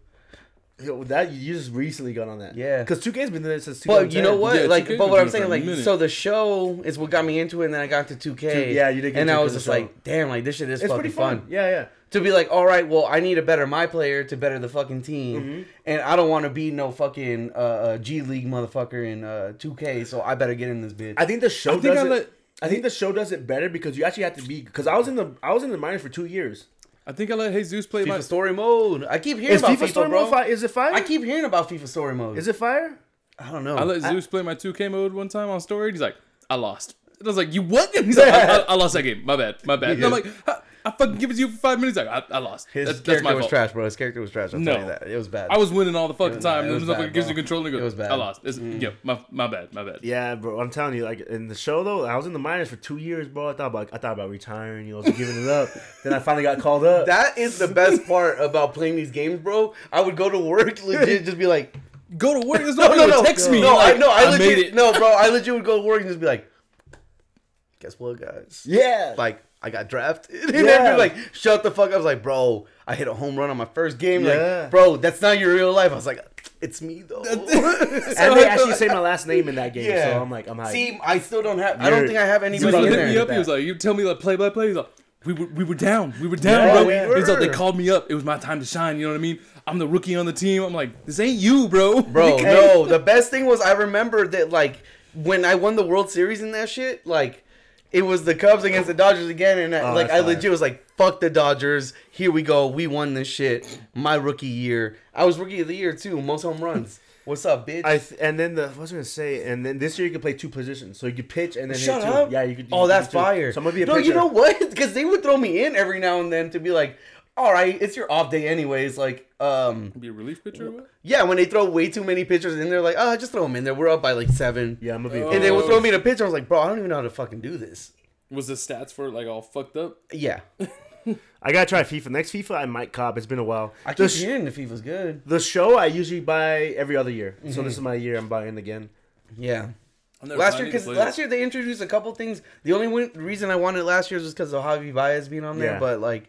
yo, that you just recently got on that.
Yeah.
because 2K's been there since.
But you know
2010.
what?
Yeah,
like,
2K 's
but
been
what I'm
doing for
saying,
a
like,
minute.
so the show is what got me into it, and then I got to 2K.
Two- yeah, you did get
And I
2K
was
the
just like,
show.
damn, like this shit is
It's
fucking
pretty
fun.
fun. Yeah, yeah.
To be like, all right, well, I need to better my player to better the fucking team,
Mm-hmm.
and I don't want to be no fucking uh, uh, G League motherfucker in uh, 2K, so I better get in this bitch.
I think the show
think
does
I
it.
let-
I think the show does it better because you actually have to be. Because I was in the I was in the minors for two years.
I think I let Jesus play my.
FIFA story mode. I keep hearing
Is
about
FIFA,
FIFA,
story
bro.
mode? Fi- is it fire?
I keep hearing about FIFA story mode.
is it fire?
I don't know.
I let Zeus play my 2K mode one time on story. And he's like, I lost. And I was like, you what? *laughs* And he's like, I, I, I lost that game. My bad. My bad. And I'm like, "Huh? I fucking give it to you for five minutes. He's like, I, I lost.
His
That- that's
character
my
was
fault.
trash, bro. His character was trash. I'll
No.
tell you that. It was bad.
I was winning all the fucking
bad.
time.
It
And
was
this motherfucker
bad,
gives you
bro.
control and goes,
It was bad. Mm.
I lost. It's, yeah, my, my bad. My bad.
Yeah, bro. I'm telling you, like in the show though, I was in the minors for two years, bro. I thought about I thought about retiring. You know, I was giving it up. *laughs* then I finally got called up.
That is
*laughs*
the best part about playing these games, bro. I would go to work, *laughs* legit, just be like,
Go to work. There's
Mm. no,
nobody
no,
to
no,
Oh, text me.
no,
Like,
I, no, I, legit,
made it.
no, bro, I legit would go to work and just be like, guess what, guys?
yeah,
Like, I got drafted. *laughs* And
Yeah.
they'd be like, shut the fuck up. I was like, bro, I hit a home run on my first game.
Yeah.
Like, bro, that's not your real life. I was like, it's me,
*laughs*
though. *laughs*
and they actually say my last name in that game,
Yeah.
so I'm like, I'm hyped.
See, I still don't have, I don't
You're-
think I have
Zeus
anybody in
hit
there.
me up. He was like, you tell me like play by play. He's like, we were, we were down. We were down,
Yeah,
bro.
we
It was like, they
were.
called me up. It was my time to shine. You know what I mean? I'm the rookie on the team. I'm like, this ain't you, bro. *laughs*
Bro, no. The best thing was I remember that like when I won the World Series and that shit, like it was the Cubs against the Dodgers again, and I,
Oh,
like
that's
I
fire.
legit was like, "Fuck the Dodgers! Here we go, we won this shit." My rookie year, I was rookie of the year too, most home runs. What's up, bitch?
I th- and then the what was I gonna say? And then this year you could play two positions, so you could pitch and then
Shut
hit two.
up!
Yeah, you could. you
oh,
could
that's
do two.
fire.
So I'm gonna be a
no, *laughs*
pitcher.
you know what? Because they would throw me in every now and then to be like. all right, it's your off day anyways. Like, um,
Be a relief pitcher or what?
yeah, when they throw way too many pitchers in there, like, oh, just throw them in there. We're up by like seven.
Yeah, I'm gonna be.
And they would
Oh.
throw me in a pitcher. I was like, bro, I don't even know how to fucking do this.
Was the stats for it like all fucked up?
Yeah,
I gotta try FIFA. Next FIFA, I might cop. It's been a while.
I keep
The, sh-
hearing the FIFA's good.
the show I usually buy every other year,
Mhm.
so this is my year. I'm buying again.
Yeah.
I'm never
Last
I
year,
need to
because
play
last
it.
year they introduced a couple things. The only win- reason I wanted it last year was because of Javi Baez being on there,
Yeah.
but like,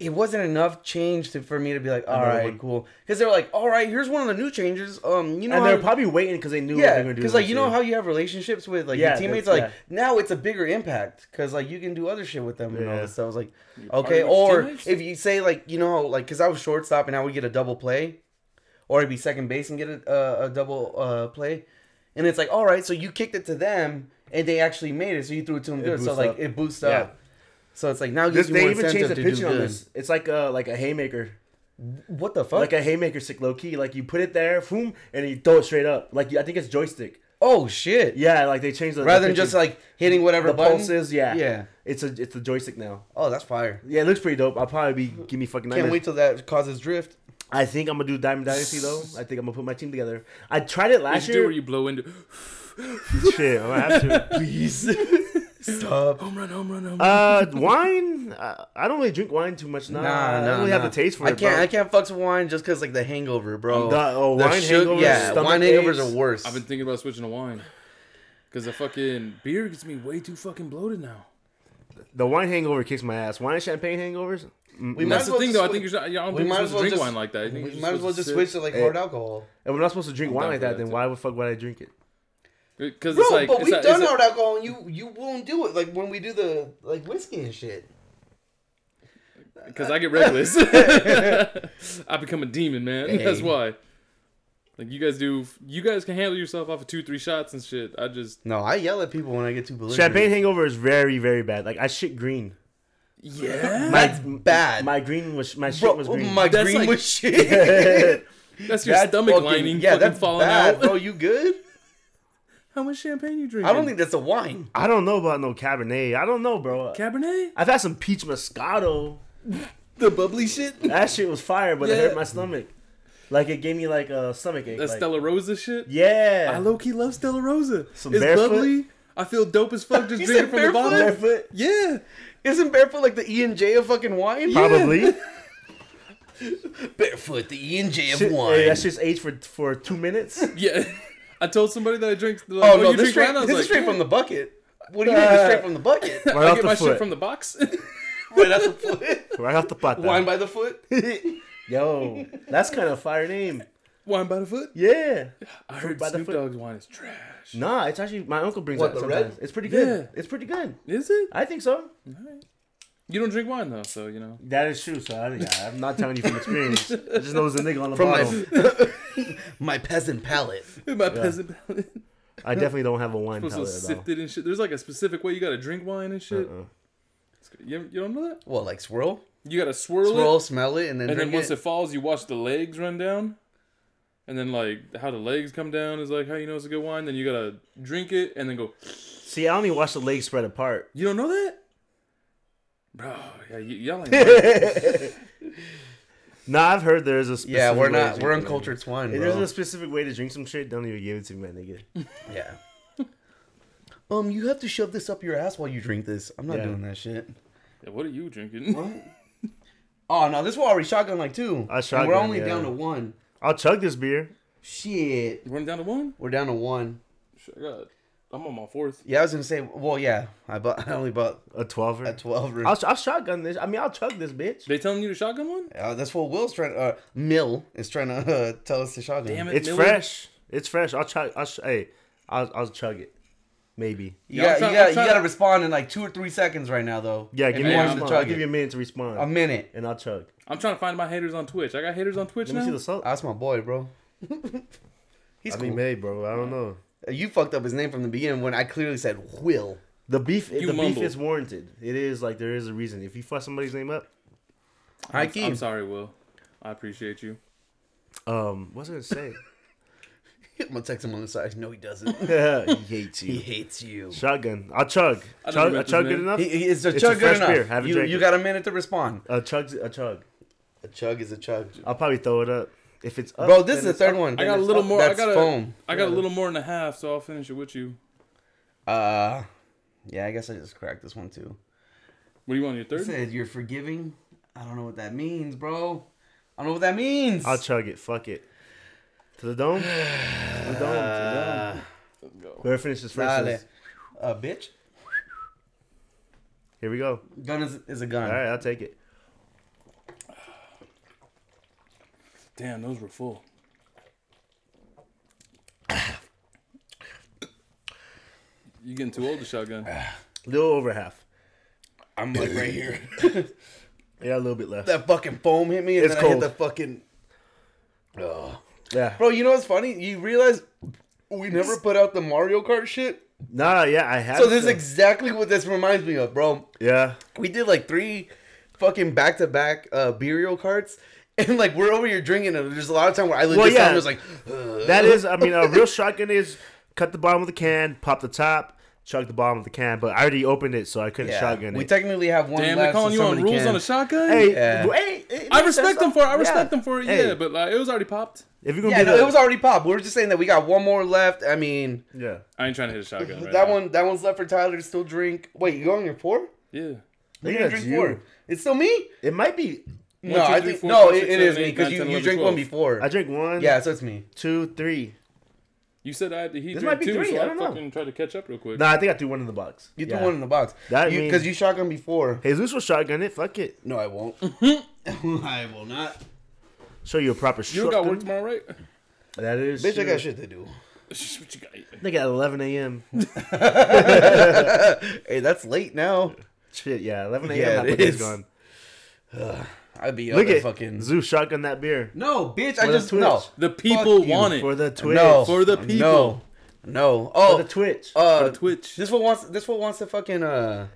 it wasn't enough change to, for me to be like, all
Another
right,
one.
cool. Because they were like, all right, here's one of the new changes. Um, you know,
And they're
how-
probably waiting because they knew what
yeah,
they're gonna do.
because like you know how you have relationships with like
Yeah,
your teammates.
that's-
Like now it's a bigger impact because like you can do other shit with them and all
Yeah.
this stuff. I was like,
party
okay,
with
or
teammates?
if you say like you know like because I was shortstop and I would get a double play, or I'd be second base and get a, uh, a double uh, play, and it's like all right, so you kicked it to them and they actually made it, so you threw it to them good, so
boosts
like
up.
it boosts
Yeah.
up. So it's like now it
This,
gives you
they
more
even changed the
incentive to do
pitching on
good.
this. It's like a like a haymaker,
What the fuck?
like a haymaker stick, low key. Like you put it there, boom, and you throw it straight up. Like I think it's joystick.
oh shit!
Yeah, like they changed the
Rather
the
than just
pitching-
like hitting whatever
the
button.
pulses. Yeah,
Yeah.
It's a it's a joystick now.
Oh, that's fire!
Yeah, it looks pretty dope. I'll probably be give me fucking.
Can't
nightmares.
wait till that causes drift.
I think I'm gonna do Diamond Dynasty
*laughs*
though. I think I'm gonna put my team together. I tried it
You
last
should do
year.
where you blow into *gasps*
Shit, I'm gonna have to.
*laughs* Please. Stop.
home run, home run, home
*laughs*
run.
Uh, wine. Uh, I don't really drink wine too much now. I
Nah,
don't
nah,
really
nah.
have the taste for it.
I can't.
bro.
I can't fucks with wine just because like the hangover, bro.
Um, the- oh, wine hangovers,
Yeah,
stomach
wine hangovers
aches.
are worse.
I've been thinking about switching to wine. Cause the fucking beer gets me way too fucking bloated now.
The wine hangover kicks my ass. Wine and champagne hangovers.
we
That's the thing, though. I
just
think you're.
switch-
not- I don't
we
think
might
you're supposed
as
to
well
drink
just-
wine like that. I think
We
you're
might as well just
supposed
switch to like hard alcohol.
If we're not supposed to drink wine
down
like
for
that,
that,
then
too.
why the fuck would I drink it?
sit. Cause
Bro,
it's like.
but
it's
we've
a- it's
done
a-
hard alcohol, and you you won't do it. Like when we do the like whiskey and shit.
Because I get
*laughs*
reckless. *laughs* I become a demon, man. That's
Hey.
why. Like you guys do, you guys can handle yourself off of two, three shots and shit. I just,
No, I yell at people when I get too belligerent.
Champagne hangover is very, very bad. Like I shit green.
yeah,
That's
My-
bad.
My green was my shit
bro, oh
was green.
my
That's
green
like- *laughs*
was shit.
*laughs* that's your
That's
stomach
fucking-
lining fucking falling
bad,
out.
bro. You good?
*laughs* How much champagne you drink? *laughs*
I don't e- think that's a wine.
I don't know about no Cabernet. I don't know, bro.
Cabernet.
I've had some peach Moscato.
The bubbly shit.
That shit was fire, but it
Yeah.
hurt my stomach. Like it gave me like a stomach ache.
That
like-
Stella Rosa shit.
Yeah.
I low key love Stella Rosa.
Some
it's
barefoot?
bubbly. I feel dope as
*laughs*
fuck just
You
drinking
said
from the bottle.
barefoot?
Barefoot.
Yeah,
Isn't barefoot like the E and J of fucking
*laughs*
wine?
*laughs* Probably.
Barefoot, the E and J of
Shit,
wine.
hey, that's just aged for for two
*laughs*
minutes.
yeah. I told somebody that I drink. they're Like,
oh, no,
you drink
this, straight,
wine?" I was
this
like,
is straight from the bucket. What do you mean,
Uh,
it's straight from the *laughs* bucket?
Right
I
off
get
the
my
foot.
shit from the box. *laughs*
right *laughs* out the foot.
right off the pot.
Wine by the foot.
Yo, that's kind of fire name.
wine by the foot. *laughs*
Yeah.
I heard
by the
Snoop
foot.
Dogg's wine is trash.
Nah, it's actually my uncle brings that
What, the
sometimes.
red?
It's pretty good.
Yeah.
It's pretty good.
Is it?
I think so.
You don't drink wine though, so you *laughs* know.
That is true. So I, yeah, I'm not telling you from
*laughs*
experience. I just know there's a nigga on the
*laughs* From my-
bottle.
*laughs* My peasant palate.
My peasant palate. *laughs*
I definitely don't have a wine
Supposed to
palate at all.
sift it and shit. There's like a specific way you gotta drink wine and shit. It's good. You, you don't know that?
What, like swirl?
You gotta swirl,
Swirl,
it,
smell it, and then
and then
drink
once it.
it.
falls, you watch the legs run down. And then like how the legs come down is like how you know it's a good wine. Then you gotta drink it and then go.
See, I only watch the legs spread apart.
You don't know that, bro? Yeah, y- y'all ain't. know.
Nah, I've heard there's a specific
Yeah, we're
way to
not.
drink
We're
it.
uncultured swine,
If there's
bro.
a specific way to drink some shit, don't even give it to me, my
*laughs*
nigga.
Yeah. Um, you have to shove this up your ass while you drink this. I'm not
Yeah.
doing that shit.
Yeah, what are you drinking?
Oh no, this was already shotgun like two.
I
And
shotgun,
We're only
yeah.
down to one.
I'll chug this beer.
Shit,
Running down to one.
we're down to one.
Shit, I got. I'm on my fourth.
Yeah, I was gonna say. Well, yeah, I bought. *laughs* I only bought
A twelver.
a twelve. Or,
I'll, I'll shotgun this. I mean, I'll chug this bitch.
They telling you to shotgun one?
Uh, that's what Will's trying. Uh, Mill is trying to *laughs* uh, tell us to shotgun.
Damn it!
It's
Miller.
fresh. It's fresh. I'll chug. I'll sh- hey, I'll, I'll chug it. Maybe.
Yeah,
You got
I'm trying-
you got
I'm
you
trying
got to
to-
respond in like two or three seconds right now though.
Yeah, give me
you
a
want
to
response.
chug
I'll give
it.
you a minute to respond,
a minute.
and I'll chug.
I'm trying to find my haters on Twitch. I got haters on Twitch
Let me
now.
see the salt.
That's my boy, bro. *laughs* He's
I
cool.
mean, may, bro. I don't know.
you fucked up his name from the beginning when I clearly said Will.
The beef. the
mumble.
beef is warranted. It is like there is a reason. If you fuck somebody's name up,
I
I'm, I'm
keep.
sorry, Will. I appreciate you.
um, what's I gonna say?
I'm gonna text him on the side. No,
*laughs*
he doesn't.
*laughs* he *laughs* hates
he
you.
hates you.
Shotgun. I'll chug.
I
Chug. A
never met this
chug
man.
good enough.
He, he, is the
It's a
chug good
fresh
enough?
beer. Have a
You,
drink.
you got a minute to respond.
A chug. A chug.
A chug is a chug.
I'll probably throw it up if it's up.
Bro, this is
then
the
it's
third
up.
one.
I got a little more.
That's
I got a,
foam.
I got a little more and a half, so I'll finish it with you.
Uh, yeah, I guess I just cracked this one too.
What do you want? Your
It
third?
said you're forgiving. I don't know what that means, bro. I don't know what that means.
I'll chug it. Fuck it. To the dome. to the dome. To the
*sighs*
dome.
Let's go.
Whoever finishes first.
Dale.
is-
A Uh, bitch.
Here we go.
Gun is, is a gun.
All right, I'll take it.
Damn, those were full. You getting too old to
*sighs*
shotgun?
A little over half.
I'm like
*laughs*
right here. *laughs*
Yeah, a little bit left.
that fucking foam hit me, and
It's
then I
cold.
hit the fucking. Ugh.
Yeah.
Bro, you know what's funny? You realize we never put out the Mario Kart shit.
Nah, yeah, I have.
So this is
to.
exactly what this reminds me of, bro.
yeah.
We did like three fucking back to back uh burial carts. *laughs* And like we're over here drinking, and there's a lot of time where I legit
Well,
well, yeah.
yeah.
was like, "Ugh."
That is, I mean, a real shotgun is cut the bottom of the can, pop the top, chug the bottom of the can. But I already opened it, so I couldn't
Yeah.
shotgun
We
it.
technically have one.
Damn,
left,
they're calling
so
you on
somebody
rules
can.
on a shotgun.
hey,
Yeah.
w- hey, it
I
makes
respect
sense.
them for it. I
Yeah.
respect them for it.
Hey,
Yeah, but like, it was already popped.
if you're gonna
Yeah,
do
no,
that,
it was already pop. We were just saying that we got one more left. I mean,
yeah.
I ain't trying to hit a
*laughs*
shotgun. Right
that
now.
one, that one's left for Tyler to still drink. Wait, you going your four?
Yeah.
You
Yeah,
didn't
it's
drink
you.
four. It's still me.
It might be.
no,
two,
I
three,
think
four,
no,
five,
it-
six,
it
seven,
is me
eight,
because
nine,
you,
10,
you
11,
drank one
12.
before.
I drank one.
yeah, so it's me.
Two, three.
You said I he
This
drank
might be
two,
three,
so
I
I,
don't know.
fucking tried to catch up real quick.
Nah, I think I threw one in the box.
You
yeah.
threw one in the box.
That
you
means-
because you
*laughs*
shotgun before.
Jesus will shotgun it. Fuck it.
No, I won't. I will not.
Show you a proper
you
shotgun.
don't got work tomorrow, right? *laughs*
That is.
Bitch, I
true.
got shit to do.
what you got?
Nigga at 11 a.m.
Hey, that's late now.
*laughs* Shit, yeah, 11
Yeah,
a.m.
it
Yeah, has
is.
gone.
I'd be
Look
up
at
at fucking.
Zoo shotgun that beer
No, bitch,
For
I
the
just no.
Twitch.
The people
you
want it.
for the Twitch.
No,
For the
No,
people.
no. Oh,
For the Twitch.
uh,
For the Twitch.
This one wants. This one wants to fucking. uh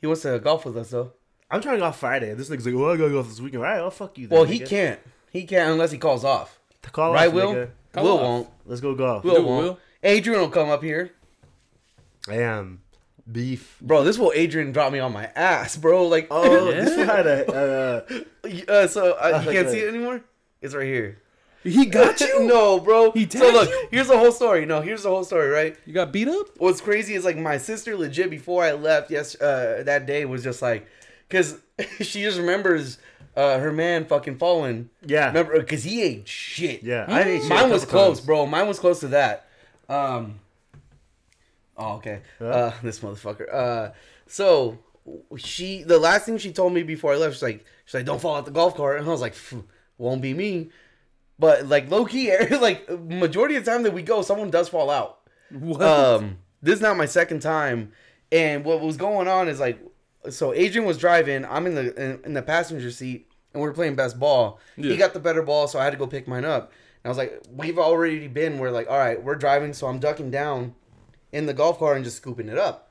He wants to golf with us though.
I'm trying to go off Friday. This nigga's like, oh, I gotta go off this weekend. All right, I'll fuck you. Then,
Well, he
nigga.
can't. He can't unless he calls off.
To Call
right,
off,
Will?
nigga.
Call
Will
off.
won't.
Let's go golf.
Do
Will
it,
won't.
Will.
Adrian will come up here,
I am beef.
bro. This will Adrian drop me on my ass, bro. Like, *laughs*
*laughs* Oh,
Yeah.
this one had a. Uh,
uh, so I you can't
Okay.
see it anymore. It's right here.
He got *laughs* you.
*laughs* no, bro.
He
so
tagged
look,
you?
here's the whole story. No, here's the whole story, right?
You got beat up?
what's crazy is like my sister legit before I left yes uh, that day was just like because *laughs* she just remembers uh, her man fucking falling
Yeah.
remember because he ate shit
yeah, I ate shit a
mine was
couple
close
times.
bro mine was close to that um oh okay uh, *laughs* this motherfucker uh so she the last thing she told me before I left she's like she's like don't fall out the golf cart and I was like "Phew, won't be me but like low key *laughs* like majority of the time that we go someone does fall out
*laughs* What?
um, this is not my second time, and what was going on is like, so Adrian was driving. I'm in the in, in the passenger seat, and we are playing best ball. He
Yeah.
got the better ball, so I had to go pick mine up. And I was like, we've already been. We're like, all right, we're driving, so I'm ducking down in the golf cart and just scooping it up.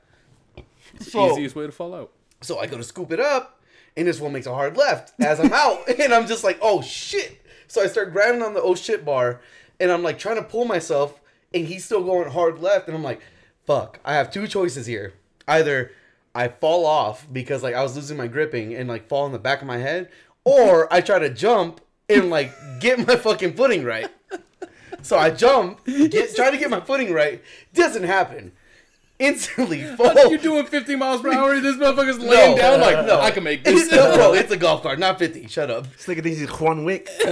So,
Easiest way to fall out.
so I go to scoop it up, and this one makes a hard left as I'm out, *laughs* and I'm just like, oh shit! So I start grabbing on the oh shit bar, and I'm like trying to pull myself, and he's still going hard left, and I'm like, fuck! I have two choices here. Either I fall off because like I was losing my gripping and like fall on the back of my head, or I try to jump and like get my fucking footing right. So I jump, get, try to get my footing right. Doesn't happen. Instantly fall.
You're doing 50 miles per hour. This motherfucker's laying down like, no, I can make this.
It's, *laughs* no, bro, it's a golf cart, not 50. Shut *laughs* up.
This nigga thinks he's Juan
*laughs*
Wick.
*laughs*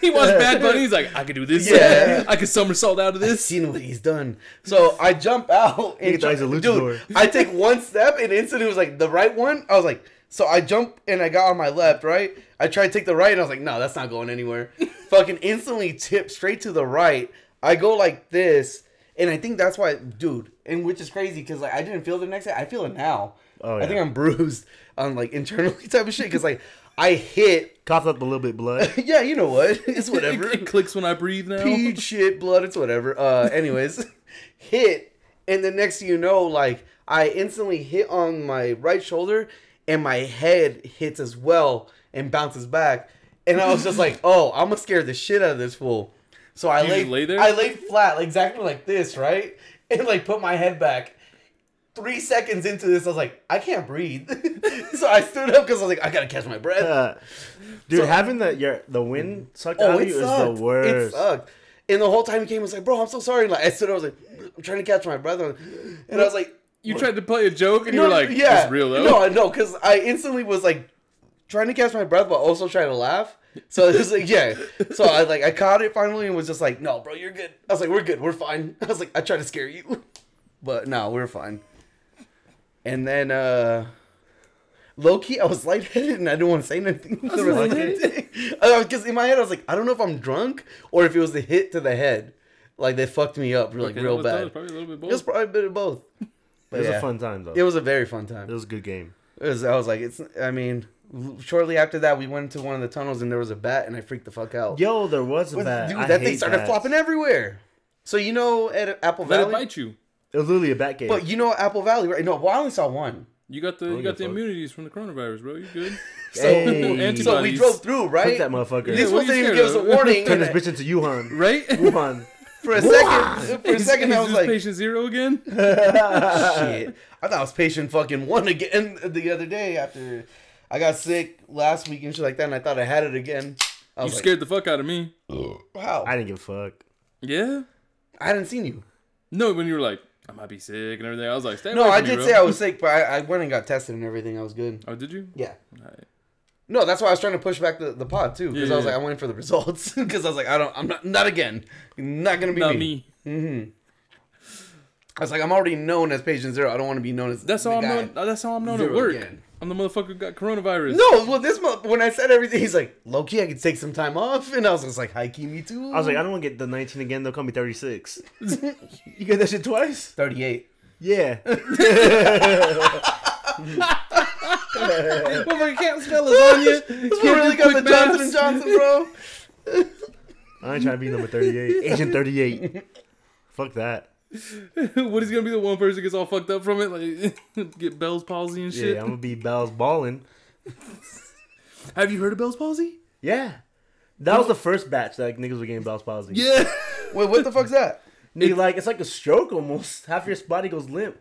he watched Bad Bunny. He's like, I can do this.
Yeah.
*laughs* I can somersault out of this. *laughs*
Seen what he's done. So I jump out and
Nigga thought he's a
try-
luchador.
dude, I take one step and instantly was like the right one. I was like, so I jump and I got on my left, right? I tried to take the right and I was like, no, that's not going anywhere. Fucking instantly tip straight to the right. I go like this, and I think that's why, dude, and which is crazy because like I didn't feel it the next day. I feel it now.
Oh,
I think
yeah.
I'm bruised on like internally *laughs* type of shit because like I hit.
Coughed up a little bit of blood.
Yeah, you know what? *laughs* It's whatever.
It, it clicks when I breathe now.
peed shit, blood, it's whatever. Uh, anyways, *laughs* hit, and the next thing you know, like I instantly hit on my right shoulder, and my head hits as well and bounces back, and I was just like, "Oh, I'm gonna scare the shit out of this fool." So I
You
lay,
just lay there?
*laughs* I laid flat, like, exactly like this, right, and like put my head back. three seconds into this, I was like, I can't breathe. *laughs* so I stood up because I was like, I gotta catch my breath.
Uh, dude, having the your the wind sucked out
oh,
of
it
you
sucked.
is the worst.
It sucked. And the whole time he came, I was like, bro, I'm so sorry. Like I stood, up, I was like, I'm trying to catch my breath, and I was like,
You tried to play a joke and you were like, yeah,
yeah,
it's real though. *laughs*
no, no, because I instantly was like trying to catch my breath, but also trying to laugh. So it was like, yeah. So I like I caught it finally and was just like, no, bro, you're good. I was like, we're good, we're fine. *laughs* I was like, I tried to scare you, but no, we're fine. And then. uh Low key, I was lightheaded and I didn't want to say nothing. Because *laughs* in my head, I was like, I don't know if I'm drunk or if it was the hit to the head. Like, they fucked me up like
Okay, that
real
was- that was
bad.
probably a little bit
It was
bold.
probably a bit of both.
it was
yeah.
a fun time though.
It was a very fun time.
it was a good game.
It was, I was like, it's. I mean, shortly after that, we went into one of the tunnels and there was a bat, and I freaked the fuck out.
Yo, there was a
Dude,
bat. I
that thing
hate
started
bats.
flopping everywhere. So you know at Apple
Let it
Valley,
bite you.
It was literally a bat game.
but you know Apple Valley, right? No, well, I only saw one.
You got the
don't
you got the
give a fuck.
immunities from the coronavirus, bro. You
*laughs*
good?
So,
Hey.
so we
Antibodies.
drove through, right?
Fuck that motherfucker.
This
Yeah, what
one
are
didn't
you scared
even give us a
of?
*laughs*
warning.
Turn
and *laughs*
this
I-
bitch into Wuhan.
*laughs* Right?
Wuhan.
for a second, for a
Is- *laughs*
second,
is
I was
this
like, "Ah,
patient zero again.
shit. I thought I was patient fucking one again *laughs* the other day after I got sick last week and shit like that, and I thought I had it again. *laughs* I
You
was
scared the fuck out of me.
like, wow.
I
I,
didn't give a fuck.
Yeah.
hadn't seen you.
No, when you were like, I might be sick and everything, I was like, stay
No,
away
I
from me,
did
bro.
say I was sick, but I, I went and got tested and everything. I was good.
*laughs* Oh, did you?
Yeah.
Alright.
No, that's why I was trying to push back the, the pod too, because
Yeah,
I was
yeah.
like, I'm waiting for the results, *laughs* because I was like, I don't, I'm not, not again, not gonna be
Not
me.
me.
I was like, I'm already known as patient zero. I don't want to be known as
That's
the
all I'm
guy.
known. That's all I'm known at
Zero
work.
again.
I'm the motherfucker who got coronavirus. *laughs*
No, well, this month when I said everything, he's like, low key, I could take some time off, and I was just like, high key, me too.
I was like, I don't want to get the 19 again. They'll call me
*laughs*
36. you get that shit twice?
38.
Yeah.
Well, I
*laughs*
can't spell lasagna.
This one really got the Johnson and Johnson, bro.
I ain't trying to be number 38.
*laughs*
Agent 38. fuck that.
Johnson. *laughs* what is gonna be the one person who gets all fucked up from it? Like *laughs* get Bell's palsy and shit.
Yeah, I'm going to be Bell's balling.
Have you heard of Bell's palsy?
Yeah. That was the first batch that like, niggas were getting Bell's palsy.
Yeah.
Wait, what the fuck's that?
Nigga, like, it's like a stroke almost. *laughs* Half your body goes limp.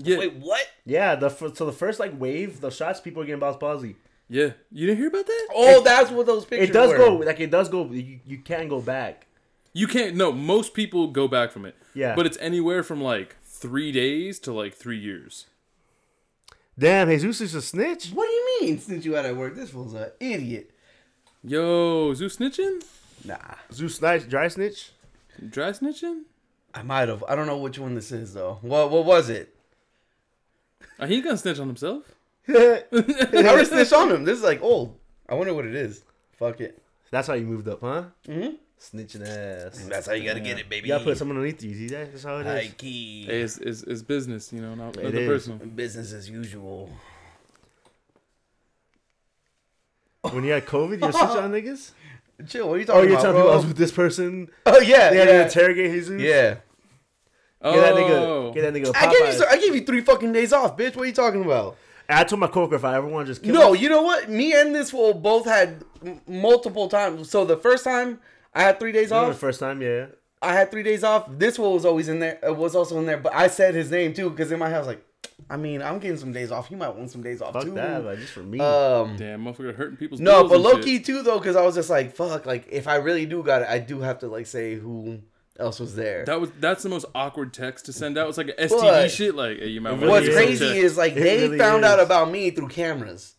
Yeah.
what?
Yeah, the fir- so the first like wave, the shots people are getting Bell's palsy.
Yeah. You didn't hear about that?
Oh, that's what those pictures.
It does
were.
go like it does go. You, you can go back.
You can't. No, most people go back from it.
Yeah.
But it's anywhere from like three days to like three years.
Damn, Jesus is a snitch.
What do you mean? Since you out at work, this fool's an idiot.
Yo, zoo snitching?
Nah,
Zeus snitch, dry snitch.
Dry snitching?
I might have. I don't know which one this is though. What? What was it? *laughs*
Uh, he ain't gonna snitch on himself.
I already snitched on him. This is like old. I wonder what it is. Fuck it.
That's how you moved up, huh? Mm-hmm. Snitching ass.
That's how you gotta get it, baby.
You gotta put someone underneath you. See that? That's how it is.
High key.
Hey, it's, it's, it's business, you know, not
It
nothing
is.
personal.
Business as usual.
When you had COVID, you snitch *laughs* on niggas.
Chill. What are you
Oh,
talking
you're
about,
telling
bro?
people I was with this person.
*laughs* oh yeah,
They
yeah,
had
yeah.
to interrogate Jesus.
Oh,
Get that nigga. Get that nigga.
I gave you.
Popeyes.
so- I gave you three fucking days off, bitch. What are you talking about?
I told my coworker if I ever want to just kill.
No,
him-
you know what? Me and this fool both had m- multiple times. So the first time I had three days
You know the
off,
first time, yeah.
I had three days off. This fool was always in there. uh, Was also in there, but I said his name too because in my head I was like, I mean, I'm getting some days off. He might want some days off
Fuck
too.
that, like just for me.
Um,
Damn, motherfucker hurting people's
No,
bills
but
and
low
shit.
key too though, because I was just like, fuck, like if I really do got it, I do have to like say who else was there.
That was that's the most awkward text to send out. It's like an STD
But-
shit. Like, hey, you might
really
wanna
What's
get
is.
crazy
checked.
is like
It
they
really
found
is.
out about me through cameras.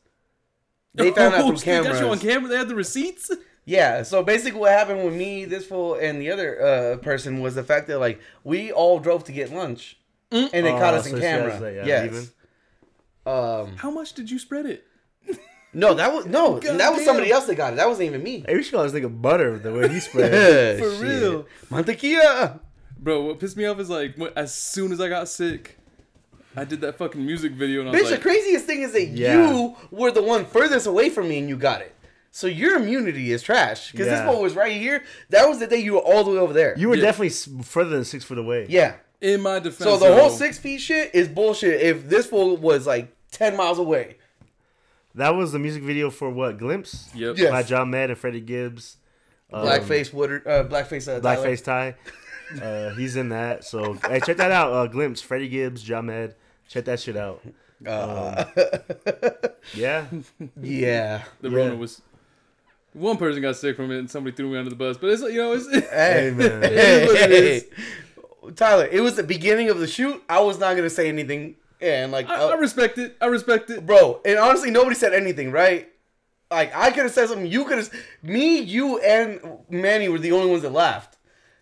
They found out
*laughs* Oh,
through
they
cameras.
Got you on camera. They had the receipts.
Yeah, so basically what happened with me, this fool, and the other uh, person was the fact that like we all drove to get lunch, and they caught
Oh,
us in
so she
camera.
has that, yeah,
yes.
even.
Um,
How much did you spread it?
no, that was no, that was
Goddamn.
somebody else that got it. That wasn't even me.
Hey, we should call this nigga butter the way he spread. it. *laughs*
For
real.
mantequilla.
Bro, what pissed me off is like when, as soon as I got sick, I did that fucking music video and I
Bitch,
was
the
like,
craziest thing is that
Yeah.
you were the one furthest away from me, and you got it. So your immunity is trash because this
Yeah.
fool was right here. That was the day you were all the way over there.
You were
Yeah.
definitely definitely s- further than six foot away.
yeah.
in my defense.
So the whole
though,
six feet shit is bullshit. If this fool was like ten miles away,
That was the music video for what? Glimpse?
Yep.
Yeah.
By John Med and Freddie Gibbs. Um,
blackface Woodard, uh, blackface, uh,
*laughs*
Tyler.
Blackface Ty. Uh, he's in that. So hey, check that out. Uh, Glimpse, Freddie Gibbs, John Med, Check that shit out.
Uh,
uh, Um, *laughs* yeah.
Yeah.
The
Yeah.
Rona was. One person got sick from it, and somebody threw me under the bus. But it's like, you
*laughs*
know, it's
Hey,
Hey, man.
Hey,
Look at this.
Tyler, it was the beginning of the shoot. I was not gonna say anything. Yeah, and like,
I,
uh,
I respect it. I respect it.
bro, and honestly, nobody said anything, right? Like, I could have said something. You could have. Me, you, and Manny were the only ones that laughed.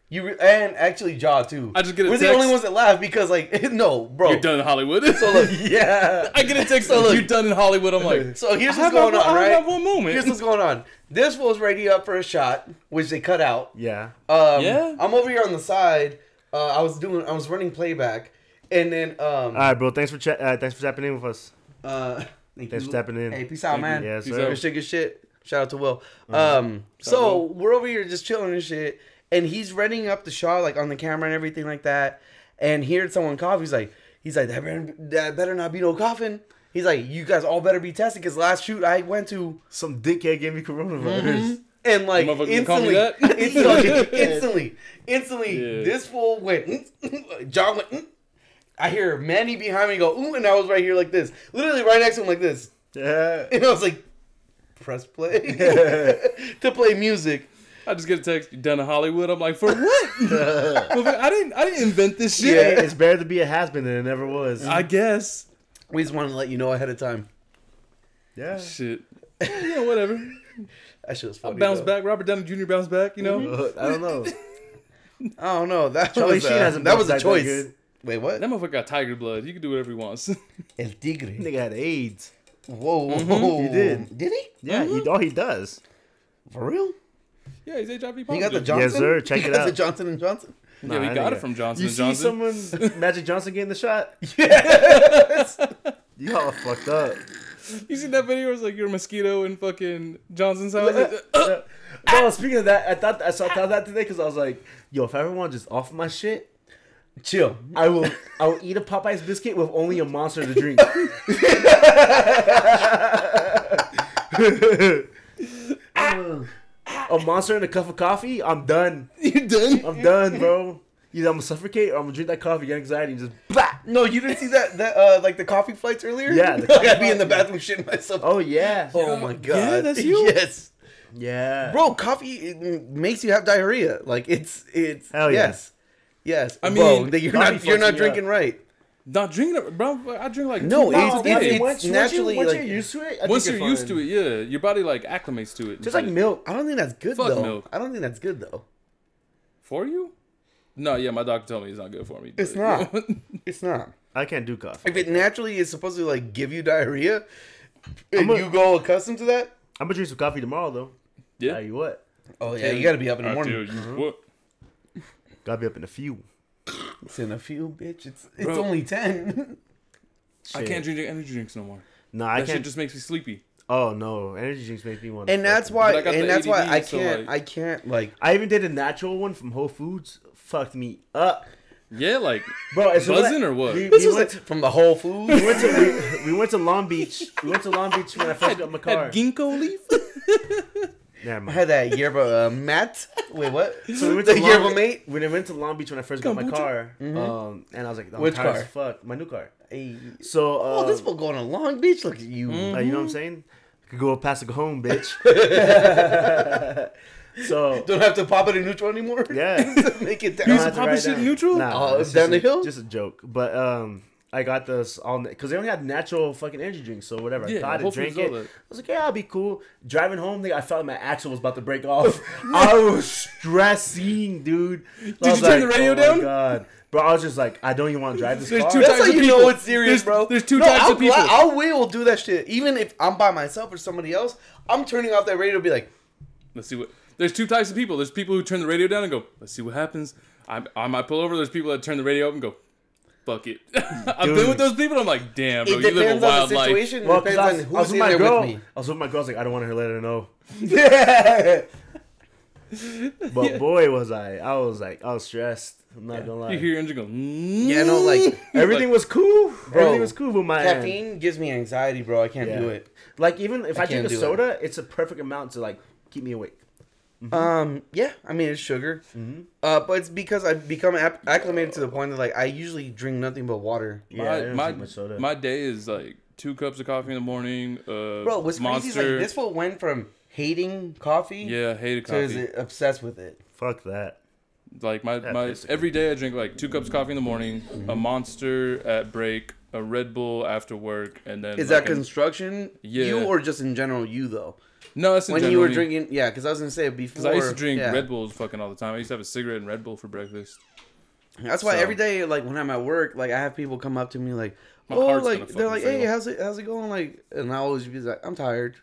You re- and actually Jaw too.
I just get a
We're the
text.
only ones that laughed because, like, *laughs* no, bro.
You're done in Hollywood.
yeah.
*laughs* I get a text.
So look-
You're done in Hollywood. I'm like,
*laughs* So here's
I have
what's going
my- I
on, right?
have my one moment.
Here's what's going on. This was ready up for a shot, which they cut out.
Yeah.
Um,
Yeah.
I'm over here on the side. Uh, I was doing. I was running playback, and then. Um,
All right, bro. Thanks for cha- uh, thanks for tapping in with us.
uh, thank
Thanks
you.
for stepping in.
Hey, peace out, man.
Yes,
Peace
sir. Mm-hmm.
out.
Shit, good shit. Shout out to Will. Um, so we're over here just chilling and shit, and he's readying up the shot like on the camera and everything like that. And heard someone cough. He's like, he's like, that better, that better not be no coughing. He's like, you guys all better be tested because last shoot I went to,
Some dickhead gave me coronavirus.
and like
Motherfucker,
instantly,
you call me that? *laughs*
*laughs* instantly, instantly, instantly,
Yeah.
this fool went. John went. *laughs* I hear Manny behind me go, ooh, and I was right here like this, literally right next to him like this.
Mm-hmm. *laughs* Yeah.
And *laughs* I was like, press
*laughs*
play *laughs* to play music.
*laughs* I just get a text. You're done in Hollywood. I'm
*laughs*
like, for what? *laughs* I didn't. I didn't invent this shit.
Hey, it's better to be a has been than it never was.
I guess.
We just wanted to let you know ahead of time.
yeah.
Shit. Yeah, whatever.
That shit was funny.
Bounce
though.
back. Robert Downey Jr. bounce back. You
Mm-hmm.
know.
Uh, I don't know.
I don't know. That
Charlie
was, uh,
Sheen hasn't
that was a
bounced back that
choice.
good.
Wait, what?
That motherfucker got tiger blood. You can do whatever he wants. *laughs*
El Tigre.
*laughs* Nigga had AIDS.
Whoa,
He did.
Did
Mm-hmm.
he?
Yeah. He, all he does.
For real?
yeah, he's HIV positive.
He got the Johnson.
sir, check
he
it
got the
out.
Johnson and Johnson.
Yeah,
Nah,
he
that
got
nigga-
it from Johnson
You
and
see
Johnson. *laughs*
someone Magic Johnson getting the *laughs* shot? You all fucked up.
You seen that video? Where it's like you're a mosquito in fucking Johnson's house. Like, uh,
no, speaking of that, I thought I saw, I thought that today because I was like, yo, if everyone just off my shit,
Chill.
I will I will eat a Popeye's biscuit with only a monster to drink. *laughs* a monster and a cup of coffee, I'm done.
you done?
I'm done, bro. Either I'm gonna suffocate or I'm gonna drink that coffee, get anxiety, and just bah!
No, you didn't see that that uh like the coffee flights earlier?
Yeah, the
*laughs* like I'd
coffee
be in the bathroom shitting myself.
Oh yeah.
Oh my god.
Yeah, that's you?
Yes.
Yeah.
Bro, coffee it makes you have diarrhea. Like it's it's
Hell yeah.
yes. Yes. I
I
mean, bro,
mean,
that you're
coffee
not you're
fucks
not
me
drinking right.
Not drinking it, bro. I drink like
No,
two
it's-
bottles a
it's-
day.
it's- naturally,
once
like-
you're used to it. I
once
think
you're used to
fine.
it, yeah, your body like acclimates to it.
just like milk.
I don't think that's good
Fuck
though.
milk.
I don't think that's good though.
for you. No, yeah, my doctor told me it's not good for me.
It's not. it's not.
I can't do coffee.
If it naturally is supposed to like give you diarrhea,
I'm
and
a-
you go accustomed to that.
I'm gonna drink some coffee tomorrow though.
*laughs* Yeah.
Tell you what,
Oh yeah, you gotta be up in the
I
morning.
feel you. What?
gotta be up in a few.
It's in a few, bitch. It's it's
Bro.
only ten.
I can't drink energy drinks no more.
No, I
That shit
can't.
just makes me sleepy.
Oh no, energy drinks make me want.
*laughs* and that's why
But I got
and
the
that's why
ADD,
I
so,
can't
like-
I can't like
I even did a natural one from Whole Foods. Fucked me up,
Yeah, like
bro. As soon as I-
Buzzing or what?
We,
this
we
was
went,
like, from the Whole Foods.
we went
*laughs*
to we, we went to Long Beach. We went to Long Beach when I first got my car.
that ginkgo leaf.
Never
I
mind.
*laughs* had that yerba uh, mat. Wait, *laughs* what?
So we went to
the
Long
yerba
Beach-
mate.
When I went to Long Beach when I first got my
Kombucha?
car, um, and I was like, I'm
Which
tired
car?
as fuck. My new car.
Hey. Mm.
So, uh,
Oh, this will going to Long Beach. Look at you.
Uh, you know what
Mm-hmm.
I'm saying? Could go past the
*laughs*
home, bitch. so
Don't have to pop it in neutral anymore.
yeah,
*laughs* Make it
I
down.
don't have to
popping
write
shit
down.
neutral?
Nah,
Oh,
it's
down
just
the
a-
hill?
Just a joke, but um, I got this all because they only had natural fucking energy drinks, so whatever.
Yeah,
I caught
Whole
it,
Foods
drank
all
it.
that.
I was like, yeah, I'll be cool. Driving home, nigga, I felt my axle was about to break
*laughs*
off. *laughs* I was stressing, dude. Did
you turn the radio down?"
"Oh God, bro, I was just like, I don't even want to drive this
*laughs* There's
car.
two
That's
types
how
of
you
people.
know it's serious,
There's-
bro.
there's two types
I'll
of people.
gla- I will do that shit. Even if I'm by myself or somebody else, I'm turning off that radio to be like,
Let's see what. There's two types of people. There's people who turn the radio down and go, "Let's see what happens." I, I might pull over. There's people that turn the radio up and go, "Fuck it." *laughs* I've been with those people. I'm like, "Damn,
it
bro, you live
depends
a
on
wild
the
life."
situation.
Well,
it
'cause
depends
I
on
was, I was
who's
with
in
my
there
girl. *laughs*
with me.
I was with my girl. I was like, I don't want to let her know.
Yeah.
But boy, was I! I was like, I was stressed. I'm not gonna lie.
You hear your engine go, "Mm."
yeah, no, *laughs* like
Everything
Like-
was cool. Everything was cool, but my end.
caffeine gives me anxiety, bro. I can't
Yeah.
do it.
Like even if I,
can't
drink a
do it.
soda, it's a perfect amount to like keep me awake.
Um, yeah, I mean it's sugar,
Mm-hmm.
uh, but it's because I've become ap- acclimated to the point that like I usually drink nothing but water.
I don't
my
drink much soda.
my, my day is like two cups of coffee in the morning. Uh,
Bro, what's
Monster.
crazy is like this fool went from hating coffee
yeah, I hated
to is
coffee.
obsessed with it.
Fuck that.
Like my, my
tastes
every day I drink like two cups of coffee in the morning, a
Mm-hmm.
monster at break, a Red Bull after work, and then
Is
like
that
an-
construction?
Yeah.
You or just in general you though?
no? That's in
When you were
generally-
drinking, yeah, because I was gonna say before.
Cause I used to drink
yeah.
Red Bulls fucking all the time. I used to have a cigarette and Red Bull for breakfast.
That's why
So-
every day, like when I'm at work, like I have people come up to me like,
My
oh,
heart's
like
gonna
they're
fucking
like, hey,
fail.
how's it, how's it going? Like, and I always be like, I'm tired.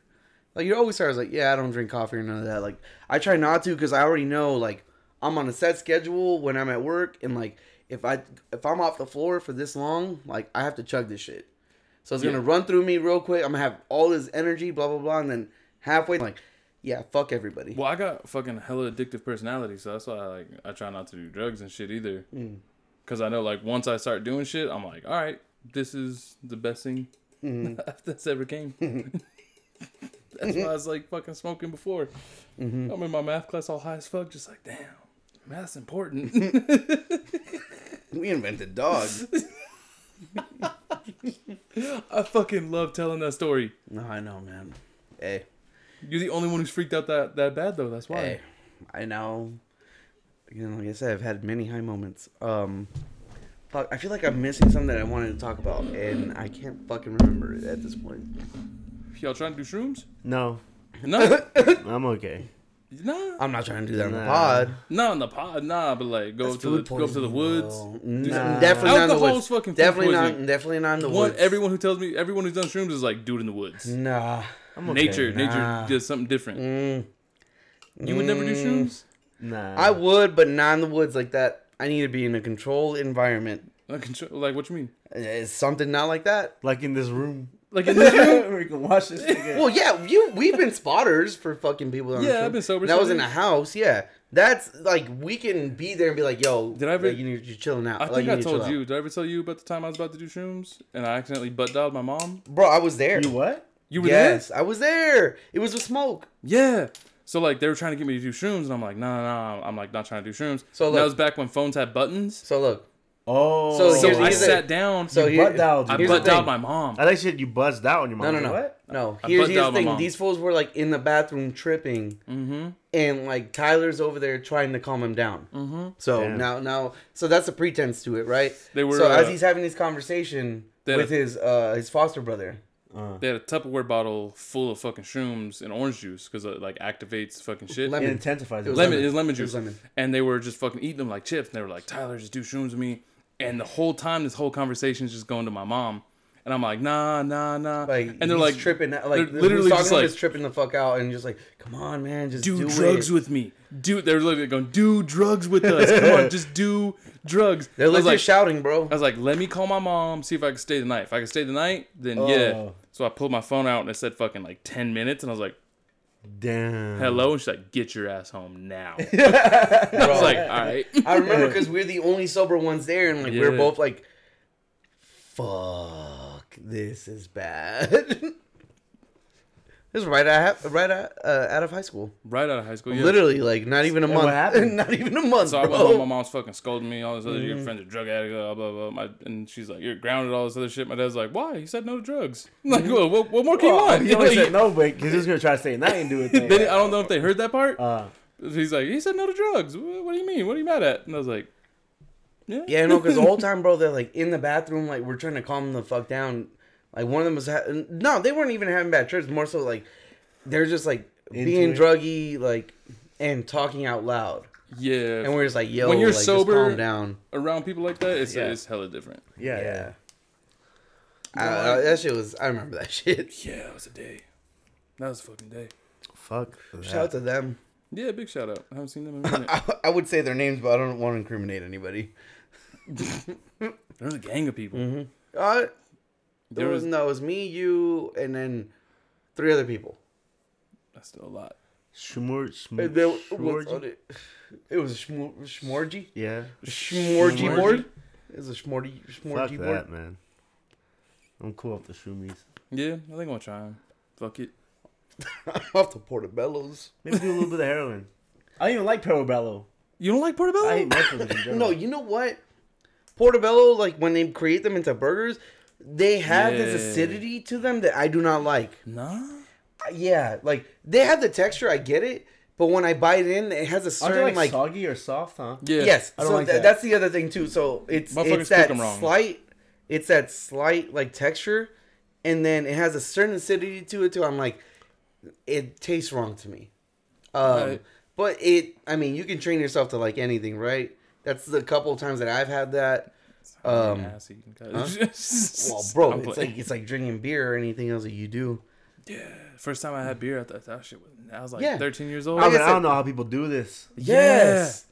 Like you're always tired. I was like, yeah, I don't drink coffee or none of that. Like I try not to because I already know like I'm on a set schedule when I'm at work, and like if I if I'm off the floor for this long, like I have to chug this shit. So it's gonna
Yeah.
run through me real quick. I'm gonna have all this energy, blah blah blah, and then halfway, like, yeah, fuck everybody.
Well, I got fucking hella addictive personality, so that's why I like I try not to do drugs and shit either.
Mm.
Cause I know like once I start doing shit, I'm like, all right, this is the best thing
Mm-hmm.
*laughs* that's ever
*laughs*
came. that's why I was like fucking smoking before.
Mm-hmm.
I'm in my math class all high as fuck, just like damn, math's important. *laughs*
We invented dogs. *laughs*
I fucking love telling that story.
no, I know, man. Hey.
You're the only one who's freaked out that that bad though. That's why.
Hey, I know. You know, like I said, I've had many high moments. Um, fuck, I feel like I'm missing something that I wanted to talk about, and I can't fucking remember it at this point.
Y'all trying to do
*laughs*
shrooms?
No,
No,
I'm okay.
nah,
I'm not trying to do that on the
Nah.
pod.
No, in the pod, nah, but like go up
That's
to the
food
go up to the
poisoning,
woods.
bro.
do
Nah.
some-
Definitely not in the
Alcohol's
woods.
fucking food
Definitely not.
poisoning.
Definitely not in the
One,
woods.
everyone who tells me everyone who's done shrooms is like, dude in the woods.
Nah.
Um,
I'm okay.
nature,
nah.
nature does something different.
Mm.
You would never do shrooms.
Nah.
I would, but not in the woods like that. I need to be in a controlled environment.
Like, control- like what you mean?
It's something not like that.
like in this room.
Like in this
*laughs*
room?
we can watch *laughs* this. Again.
Well, yeah, you we've been spotters for fucking people. that aren't
Yeah, I've
sober.
been sober
That was in
seven years.
a house. Yeah, that's like we can be there and be like, "Yo,
Did I ever-
like, you need you chilling out?"
I
like,
think
you
I
need to
told
chill
you. Did I ever tell you about the time I was about to do shrooms and I accidentally butt dialed my mom?
out. bro. I was there.
you what?
You were
yes, I was there. It was with smoke.
there. Yeah. So like they were trying to get me to do shrooms and I'm like, nah, nah, nah. I'm like not trying to do shrooms.
So
So that
look-
was back when phones had buttons.
So look,
Oh,
So
So
here's-
I
here's the-
sat down.
so
So
here,
butt dialed
I
here's
the
butt dialed
thing.
my mom.
I like shit. You buzzed out on your
No,
mom.
no, no,
What?
no.
I
Here's,
butt
here's the
dialed my
thing:
mom. Mm-hmm.
these fools were like in the bathroom tripping, and like Tyler's over there trying to calm him down. Mm-hmm. So
Damn.
now, now, so that's a pretense to it, right?
They were,
so as
uh,
he's having this conversation
they-
with his uh his foster brother.
They had a Tupperware bottle full of fucking shrooms and orange juice because it like activates fucking shit.
Lemon.
It intensifies
It
it.
was
lemon
lemon.
is lemon
It was
juice.
lemon.
And they were just fucking eating them like chips. And they were like, Tyler, just do shrooms with me. And the whole time, this whole conversation is just going to my mom. And I'm like, nah, nah, nah.
Like,
and they're
he's
like
tripping, out-
they're
like
literally just like,
is tripping the fuck out, and just like, come on, man, just
do,
do,
drugs
it.
with me. Do they're literally going, do drugs with us. Come
*laughs*
on, just do drugs.
They're
I was
literally
like,
shouting, bro.
I was like, let me call my mom, see if I can stay the night. If I can stay the night, then yeah.
Oh.
So I pulled my phone out and it said fucking like ten minutes, and I was like,
Damn.
hello, and she's like, get your ass home now. I was like, all right. *laughs*
I remember because we're the only sober ones there, and like we were
Yeah.
both like, fuck, this is bad. *laughs* this is right at right at, uh, out of high school.
Right out of high school, yeah.
Literally, like not even a month. *laughs*
what happened?
not even a month,
So I
bro.
went home. My mom's fucking scolding me. All this other, your friend's a drug addict. Blah blah blah. My, and she's like, "You're grounded." All this other shit. My dad's like, "Why?" He said no to drugs. *laughs* I'm like, well, what, what more can you
Oh, *laughs*
want?
he only
*laughs* Like,
said no, but he's just gonna try to stay at night and do it.
*laughs*
then.
they- I don't know if they heard that part.
Uh,
He's like, "He said no to drugs." What, what do you mean? What are you mad at? And I was like, "Yeah,
Yeah, no, because the whole time, bro, they're like in the bathroom, like we're trying to calm the fuck down. Like one of them was, ha- no, they weren't even having bad trips. More so, like they're just like
Into
being
it.
druggy, like and talking out loud.
*laughs* yeah."
And we're just like, yo,
When you're
like, just
sober-
calm down.
around people like that. It's
Yeah.
it's hella different.
yeah, yeah.
I don't know, that shit was. I remember that *laughs* shit.
Yeah, it was a day. That was a fucking day.
Fuck. for that.
Shout out to them. *laughs*
Yeah, big shout out. I haven't seen them in a minute.
I, I would say their names, but I don't want to incriminate anybody.
There was a gang of people.
Uh, there
There
was
was
no, it was me, you, and then three other people.
that's still a lot.
Shmor,
And there was-
shmor,
it *laughs* was a shmor- shmorgy.
yeah.
Shmorgy
Shmorgy?
board? Is a shmorty
Fuck
shmorgy board?
that, man. I'm cool off the shroomies.
Yeah, I think I'm gonna try 'em. Fuck it.
I'm *laughs* off the portobellos.
Maybe do a little bit of heroin. *laughs* I don't even like Parabello.
You don't like portobello?
I hate most of them in general.
No, you know what? Portobello, like when they create them into burgers, they have this
Yeah.
acidity to them that I do not like.
nah.
Uh, Yeah, like they have the texture, I get it, but when I bite it in, it has
Aren't
a
they
certain
like,
like,
soggy or soft, huh?
Yeah.
yes.
I don't
so
like
tha-
that.
that's the other thing too. So it's
Motherfuckers
it's that
cook 'em wrong.
slight, it's that slight like texture, and then it has a certain acidity to it too. I'm like, it tastes wrong to me. Um,
Right.
But it, I mean, you can train yourself to like anything, right? That's the couple times that I've had that. Um,
Ass-eating *laughs* guy. *laughs*
Well, bro,
I'm
it's
playing.
like it's like drinking beer or anything else that you do.
First time I had beer, I thought that shit was. I was like
Yeah.
13 years old.
I, mean,
guess
I
it-
don't know how people do this.
Yes.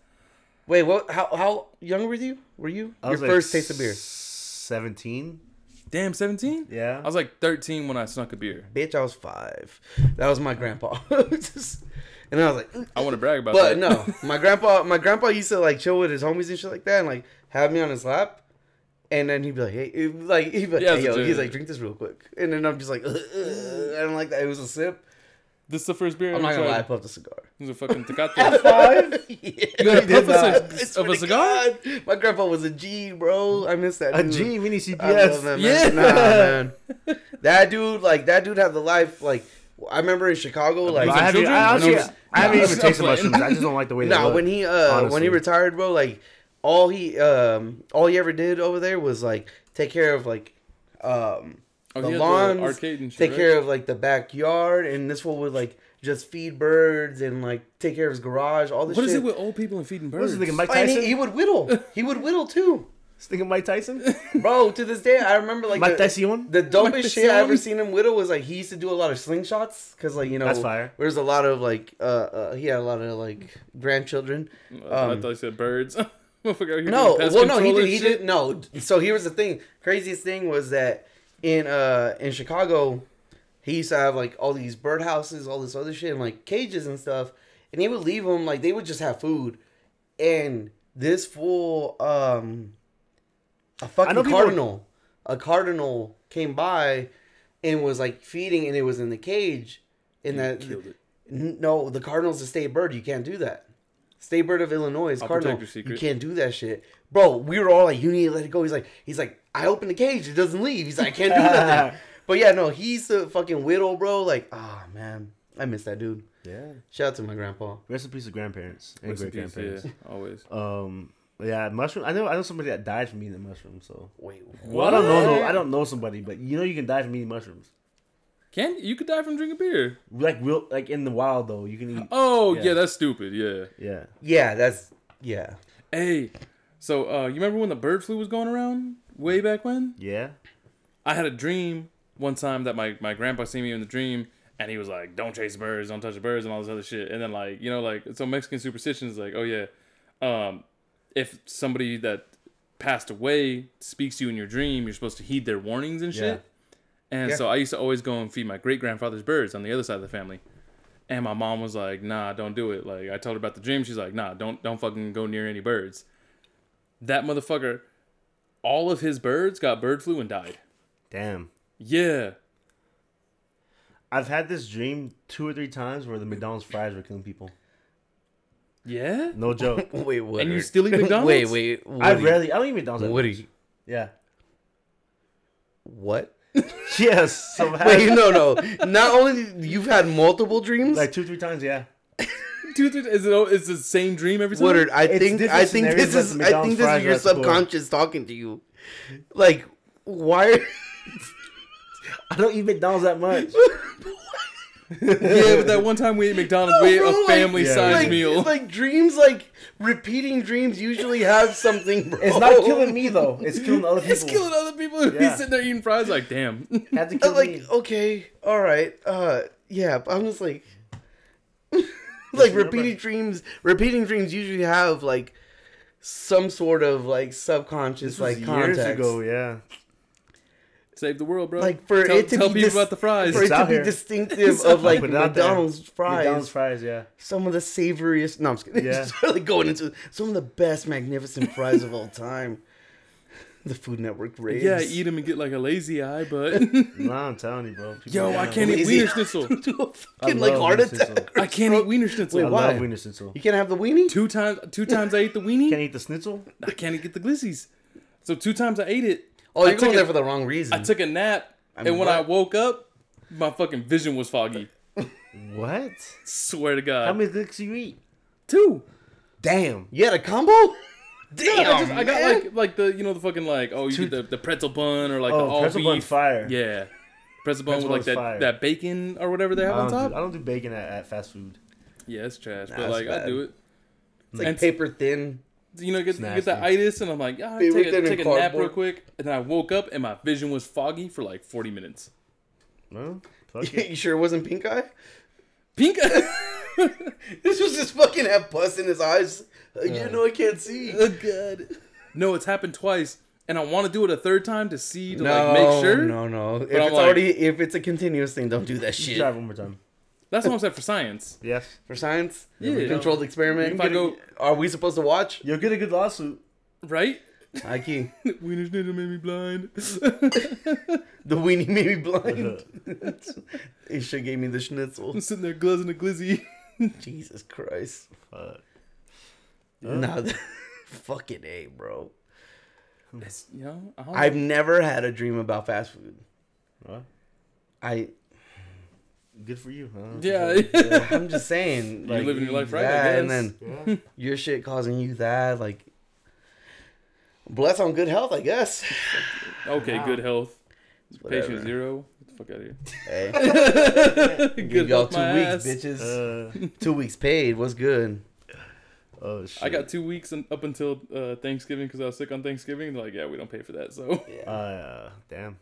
Wait, what? How how young were you? Were you
I
your
was, like,
first taste of beer?
Seventeen.
Damn, 17?
Yeah.
I was like 13 when I snuck a beer.
Bitch, I was five. That was my grandpa. *laughs* Just- and I was like, "Ugh."
I want to brag about that.
but no, my grandpa, my grandpa used to like chill with his homies and shit like that, and like have me on his lap. And then he'd be like, hey, he'd be like, he'd be like,
Yeah,
hey,
it's a
yo, he's
dude.
like, drink this real quick. And then I'm just like, "Ugh, ugh." I don't like that. It was a sip.
this is the first beer
I'm not
ever
gonna lie, I
tried.
puffed a cigar.
It was a
*laughs*
fucking Tecate.
Five.
*laughs* You had a
did
puff of
not.
cig-
It's
of a cigar?
My grandpa was a G, bro. I miss that.
A
dude.
G Uh, mini CPS.
I love that,
Yes.
man. Nah, man. That dude, like that dude, had the life. Like I remember in Chicago, like
I
on
haven't,
children?
I, honestly,
No, it's-
I haven't
no,
even
it's
tasted
not plain.
mushrooms. I just don't like the way they
no,
look.
when he uh when he
honestly.
retired, bro, like all he um all he ever did over there was like take care of like um
Oh,
the
he had the
lawns,
arcade and shit,
take
right?
care of like the backyard, and this one would like just feed birds and like take care of his garage. All this.
What
shit.
is it with old people and feeding
What
birds?
is this nigga Mike
And he,
Tyson?
he would whittle. He would whittle too,
This nigga
*laughs*
Mike Tyson?
bro. To this day, I remember like
Mike
the-
Tyson?
The dumbest
Like the
shit I ever
sound?
seen him whittle was like he used to do a lot of slingshots because like you know
That's fire.
There's a lot of like uh, uh he had a lot of like grandchildren.
Uh,
Um,
I thought you said birds. *laughs* Motherfucker out here
No,
doing pest
well no he
control
did
and
he
shit.
did no. So here was the thing. Craziest thing was that in uh in Chicago, he used to have like all these birdhouses, all this other shit, and like cages and stuff. And he would leave them like they would just have food, and this fool um a fucking
know people-
cardinal, a cardinal came by and was like feeding, and it was in the cage, and that
killed it.
N- no, the cardinal's a state bird. You can't do that. State bird of Illinois is
I'll protect
cardinal.
your
You
secret.
can't do that shit, bro. We were all like, you need to let it go. He's like, he's like, I opened the cage, it doesn't leave. He's like,
*laughs*
I can't do nothing. But yeah, no, he's a fucking widow, bro. Like, ah, man, I miss that dude.
Yeah.
Shout out to my grandpa.
Rest in peace to grandparents and
Rest in
great
peace,
grandparents.
yeah, always.
Um, yeah, mushroom. I know. I know somebody that died from eating mushrooms. So
Wait,
well, I don't know. No, I don't know somebody, but you know, you can die from eating mushrooms.
Can you could die from drinking beer?
Like real, like in the wild though, you can eat.
Oh yeah,
Yeah.
that's stupid. Yeah.
Yeah.
yeah, that's yeah.
Hey, so uh, you remember when the bird flu was going around way back when?
Yeah.
I had a dream one time that my, my grandpa seen me in the dream and he was like, Don't chase birds, don't touch the birds and all this other shit. And then like, you know, like so Mexican superstition is like, oh yeah, um, if somebody that passed away speaks to you in your dream, you're supposed to heed their warnings and shit. And so I used to always go and feed my great grandfather's birds on the other side of the family. And my mom was like, "Nah, don't do it." Like I told her about the dream, she's like, "Nah, don't don't fucking go near any birds." That motherfucker, all of his birds got bird flu and died.
Damn.
Yeah.
I've had this dream two or three times where the McDonald's fries were killing people.
Yeah?
No joke.
*laughs* Wait, what?
And you still eat McDonald's?
*laughs* wait, wait.
I
Woody,
rarely. I don't eat McDonald's.
Woody,
Yeah.
what?
Yes. So I've had
*laughs* Wait, no, no. Not only you've had multiple
*laughs*
dreams.
like two, three times. Yeah.
Dude, dude, is it all- is the same dream every time?
Woodard, I
It's
think I
different
think
scenarios,
this
but
is
the
I
McDonald's
think this is
fries
your
are at the door.
subconscious talking to you. Like, *laughs* why?
I don't eat McDonald's that much.
*laughs*
*laughs*
Yeah, but that one time we ate McDonald's, we ate
Bro,
a
like-
family sized
like,
meal. *laughs*
Like dreams, like repeating dreams usually have something. Bro.
It's not
Oh.
killing me though. It's killing other people.
it's killing other people.
Yeah.
He's sitting there eating fries like, damn. *laughs*
Had to kill me.
Like okay, all right, uh, yeah. But I'm just like, *laughs* like
remember-
repeating dreams. Repeating dreams usually have like some sort of like
This
subconscious
was
like context.
years ago. Yeah.
Save the world, bro.
Like for
tell,
it to
tell
be
people
dis-
about the fries.
for it
It's
to
out
be
here.
distinctive of like
Put it out there.
McDonald's fries,
McDonald's fries. Yeah.
some of the savoriest. *laughs* No, I'm just kidding.
Yeah.
Just really going into some of the best, magnificent fries of all time. *laughs* the Food Network ribs.
Yeah, eat them and get like a lazy eye,
*laughs*
but *laughs*
Nah, I'm telling you, bro. People-
yo, I can't eat
Lazy
wiener
eye.
schnitzel.
*laughs* to a
I
fucking like
love
heart
wiener schnitzel.
attack. *laughs*
I can't eat wiener schnitzel.
Wait,
I
why?
love wiener schnitzel.
You can't have the weenie.
Two times, two times I ate the weenie.
Can't eat the schnitzel.
I can't even get the glizzies. So two times I ate it.
oh,
I
you're going
took
there
a-
for the wrong reason.
I took a nap, and when
Mm. what?
I woke up, my fucking vision was foggy.
What?
Swear to God.
How many licks you eat?
two?
Damn.
you had a combo. *laughs* Damn,
I, just, I
Oh,
got
man.
like like the you know the fucking like oh you get the, the pretzel bun or like the
Oh,
all
pretzel
beef.
bun's fire.
Yeah, pretzel bun
Pretzel
with like
bun's
that,
fire.
that bacon or whatever they have
I
on
don't, do,
top.
I don't do bacon at, at fast food.
yeah, it's trash, but
it's
like I
bad.
do it.
It's like
and-
paper thin.
You know, get get
nasty.
that itis, and I'm like, ah,
They
take
whipped
a,
them in
take a nap real
cardboard.
quick, and then I woke up and my vision was foggy for like 40 minutes.
Well,
*laughs*
fuck it.
*laughs* you sure it wasn't pink eye? *laughs*
Pink. *laughs*
This was just fucking have pus in his eyes. Like, You know I can't see.
oh
*laughs*
god. No, it's happened twice, and I want to do it a third time to see to like make sure.
No, no. If
I'm like-
it's already if it's a continuous thing, don't do that shit.
Try it one more time.
That's what I'm saying for science.
Yes.
For science,
Yeah.
controlled experiment.
If I go-
are we supposed to watch?
You'll get a good lawsuit.
Right?
Nike,
Wiener schnitzel made me blind. *laughs*
the weenie made *laughs* me blind. it should gave me the schnitzel.
I'm sitting there glazing a glizzy.
Jesus Christ.
Fuck.
Nah, *laughs* th- fucking a, bro.
It's, you know, I don't
I've never had a dream about fast food.
Well,
*laughs* I,
good for you. Huh?
yeah.
*laughs* I'm just saying.
You're living your life right, I
that, And
guess.
then your shit causing you that, like. Bless on good health, I guess.
okay, good health.
Whatever.
Patient zero. Get the fuck out of here.
*laughs* Hey,
good *laughs*
give y'all
health,
two weeks,
my ass.
bitches.
Uh,
two weeks paid. What's good?
oh shit.
I got two weeks un up until uh, Thanksgiving because I was sick on Thanksgiving. They're like, yeah, we don't pay for that. So, *laughs* yeah.
Uh, damn.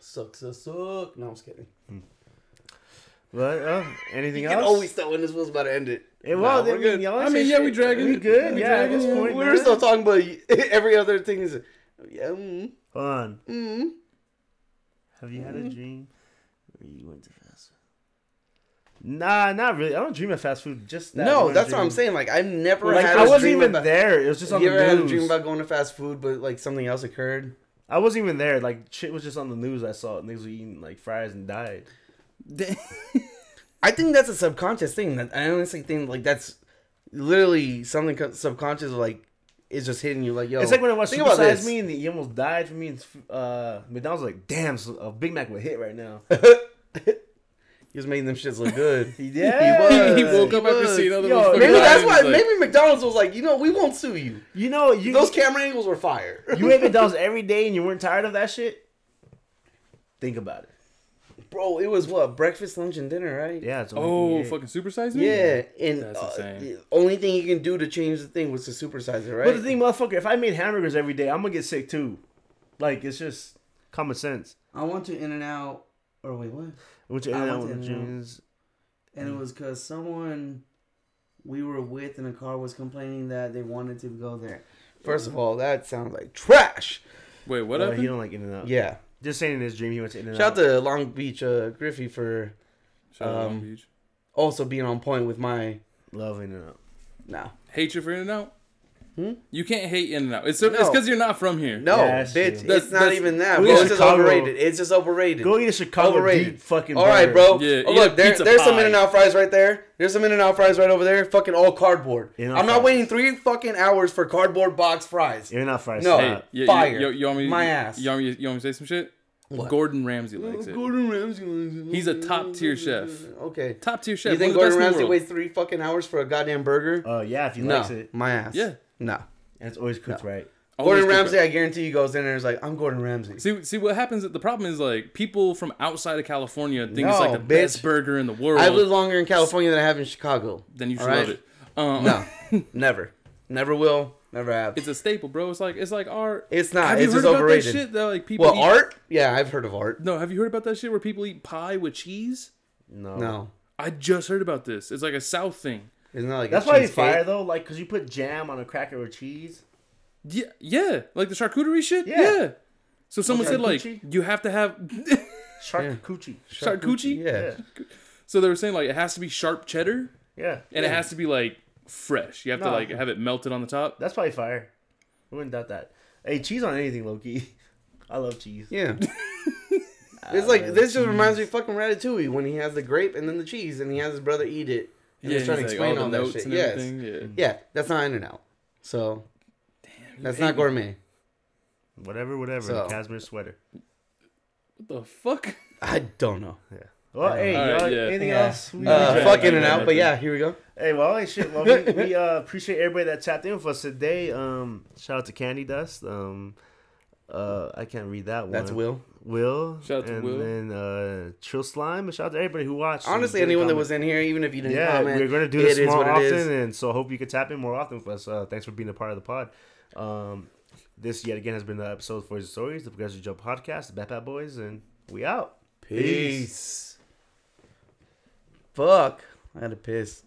Sucks, suck, suck. No, I'm just kidding.
But uh, anything
You
else?
can always tell when this was about to end it.
Eh, well,
we're
I mean,
good.
y'all
I
say
mean, yeah,
shit.
we dragging.
We good.
We
yeah,
dragging,
at this
yeah.
point,
We
man.
were still talking about *laughs* every other thing. Is yeah, mm,
Hold on.
mm.
Have you had a dream where you went to fast food? Nah, not really. I don't dream of fast food. Just that
no,
one
that's what
dream.
I'm saying. Like I've never
Like
had.
I
a
wasn't
dream
even
about,
there. It was just on
You
the
ever
news.
had a dream about going to fast food, but like something else occurred?
I wasn't even there. Like shit was just on the news. I saw it. Niggas were eating like fries and died.
I think that's a subconscious thing. That I honestly think like that's literally something co- subconscious like is just hitting you. Like yo,
It's like when I watched
Oh, think
Super
about
Size
this.
Me and he almost died for me. And uh, McDonald's was like, damn, so a Big Mac would hit right
*laughs*
now.
He was making them shits
*laughs*
look good. *laughs*
Yeah,
*laughs* He woke up after
was.
seeing other
Yo,
motherfuckers
maybe
die,
that's
and
why.
he's like,
maybe McDonald's was like, you know, we won't sue you.
You know, you
Those camera angles were fire.
*laughs*
*laughs*
you ate McDonald's every day and you weren't tired of that shit. Think about it.
Bro, it was what breakfast, lunch, and dinner, right?
Yeah. It's only
Oh,
38.
fucking supersize me?
Yeah, and
That's
uh,
insane.
the only thing you can do to change the thing was to supersize it, right?
But the thing, motherfucker, if I made hamburgers every day, I'm gonna get sick too. Like it's just common sense.
I went to In and Out, or wait, what?
Which
I
I
went
want
to In-N-Out.
jeans.
And
Mm.
it was because someone we were with in a car was complaining that they wanted to go there. First of all, that sounds like trash.
Wait, what
Uh, he
happened?
don't like In-N-Out.
Yeah.
Just saying in his dream he went to In-N-Out.
Shout out to Long Beach uh, Griffey for
Shout out Long
um,
Beach.
also being on point with my.
Love In-N-Out.
No.
Hate you for In and Out? You can't hate In and Out. It's because
Hmm? No.
you're not from here.
No,
Yeah, that's
bitch.
true.
It's
That's-
not
that's-
even that,
Go
bro.
to
It's just
Chicago.
overrated. It's just overrated.
Go eat a Chicago
Overrated.
deep fucking.
All right,
burger.
bro.
Yeah,
oh,
eat a
look, there,
pizza
there's some
pie.
In and Out fries right there. There's some In and Out fries right over there. Fucking all cardboard.
In-N-Out
I'm not
fries.
waiting three fucking hours for cardboard box fries.
In-N-Out fries.
No.
slap.
Hey, you, you-
Fire.
You, you want me to-
My ass.
You want me, you want me to say some shit? Gordon Ramsay likes it.
Gordon Ramsay.
He's a top tier chef.
Okay.
Top tier chef.
You think
one of the best
Gordon
in
Ramsay
the world.
waits three fucking hours for a goddamn burger?
Uh, yeah, if he
no,
likes it,
my ass.
Yeah.
no.
and it's always cooked right.
Always
Gordon
cook
Ramsay,
right.
I guarantee you goes in there and is like, I'm Gordon Ramsay.
See, see what happens. The problem is like people from outside of California think it's
No,
like the
bitch.
best burger in the world.
I've lived longer in California than I have in Chicago.
then you should
all right?
love it. Um,
No, never, never will, never
*laughs*
have.
it's a staple, bro. It's like it's like art.
It's not.
Have
It's
you
just
heard about
overrated.
that shit? That like people.
well,
eat-
art. Yeah, I've heard of art.
No, have you heard about that shit where people eat pie with cheese? Oh.
No.
No,
I just heard about this. It's like a South thing.
isn't that like
That's
a
why he's
cheesecake?
fire though, like, cause you put jam on a cracker or cheese.
Yeah, yeah, like the charcuterie shit.
Yeah.
Yeah. So someone said like
Charcuterie?
you have to have *laughs*
Shark coochie.
charcuterie.
Yeah.
Yeah.
So they were saying like it has to be sharp cheddar
Yeah.
and it has to be like fresh. You have
No.
to like have it melted on the top.
That's probably fire. We wouldn't doubt that. Hey, cheese on anything, Loki. *laughs* I love cheese.
Yeah. *laughs* it's like this just reminds me of fucking Ratatouille when he has the grape and then the cheese and he has his brother eat it. And
Yeah,
he's trying to
he's like,
explain
all
all,
the
that
notes
shit.
and
Yes.
everything, yeah.
Yeah, that's not in and out. So that's not gourmet.
Whatever, whatever.
So-
Casimir sweater.
What the fuck?
I don't know.
Yeah. Well, hey,
All right,
y'all,
yeah.
anything
Yeah.
else? We-
Uh,
Yeah.
fuck in and
Yeah.
out, but yeah, here we go.
Hey, well, hey, shit. Well, we,
*laughs*
we uh, appreciate everybody that tapped in with us today. Um, shout out to Candy Dust. Um, uh, I can't read that one.
That's Will.
Will.
Shout out to
and
Will.
then uh, Trill Slime. And shout out to everybody who watched. and
Honestly,
did
anyone that
comment.
was in here, even if you didn't
Yeah,
comment,
we're gonna do
it
this
is
more
what it is.
often, and so hope you can tap in more often with us. Uh, thanks for being a part of the pod. Um, this yet again has been the episode for the stories, the Progressive Joe podcast, the Bat Boys, and we out.
Peace. Fuck. I had to piss.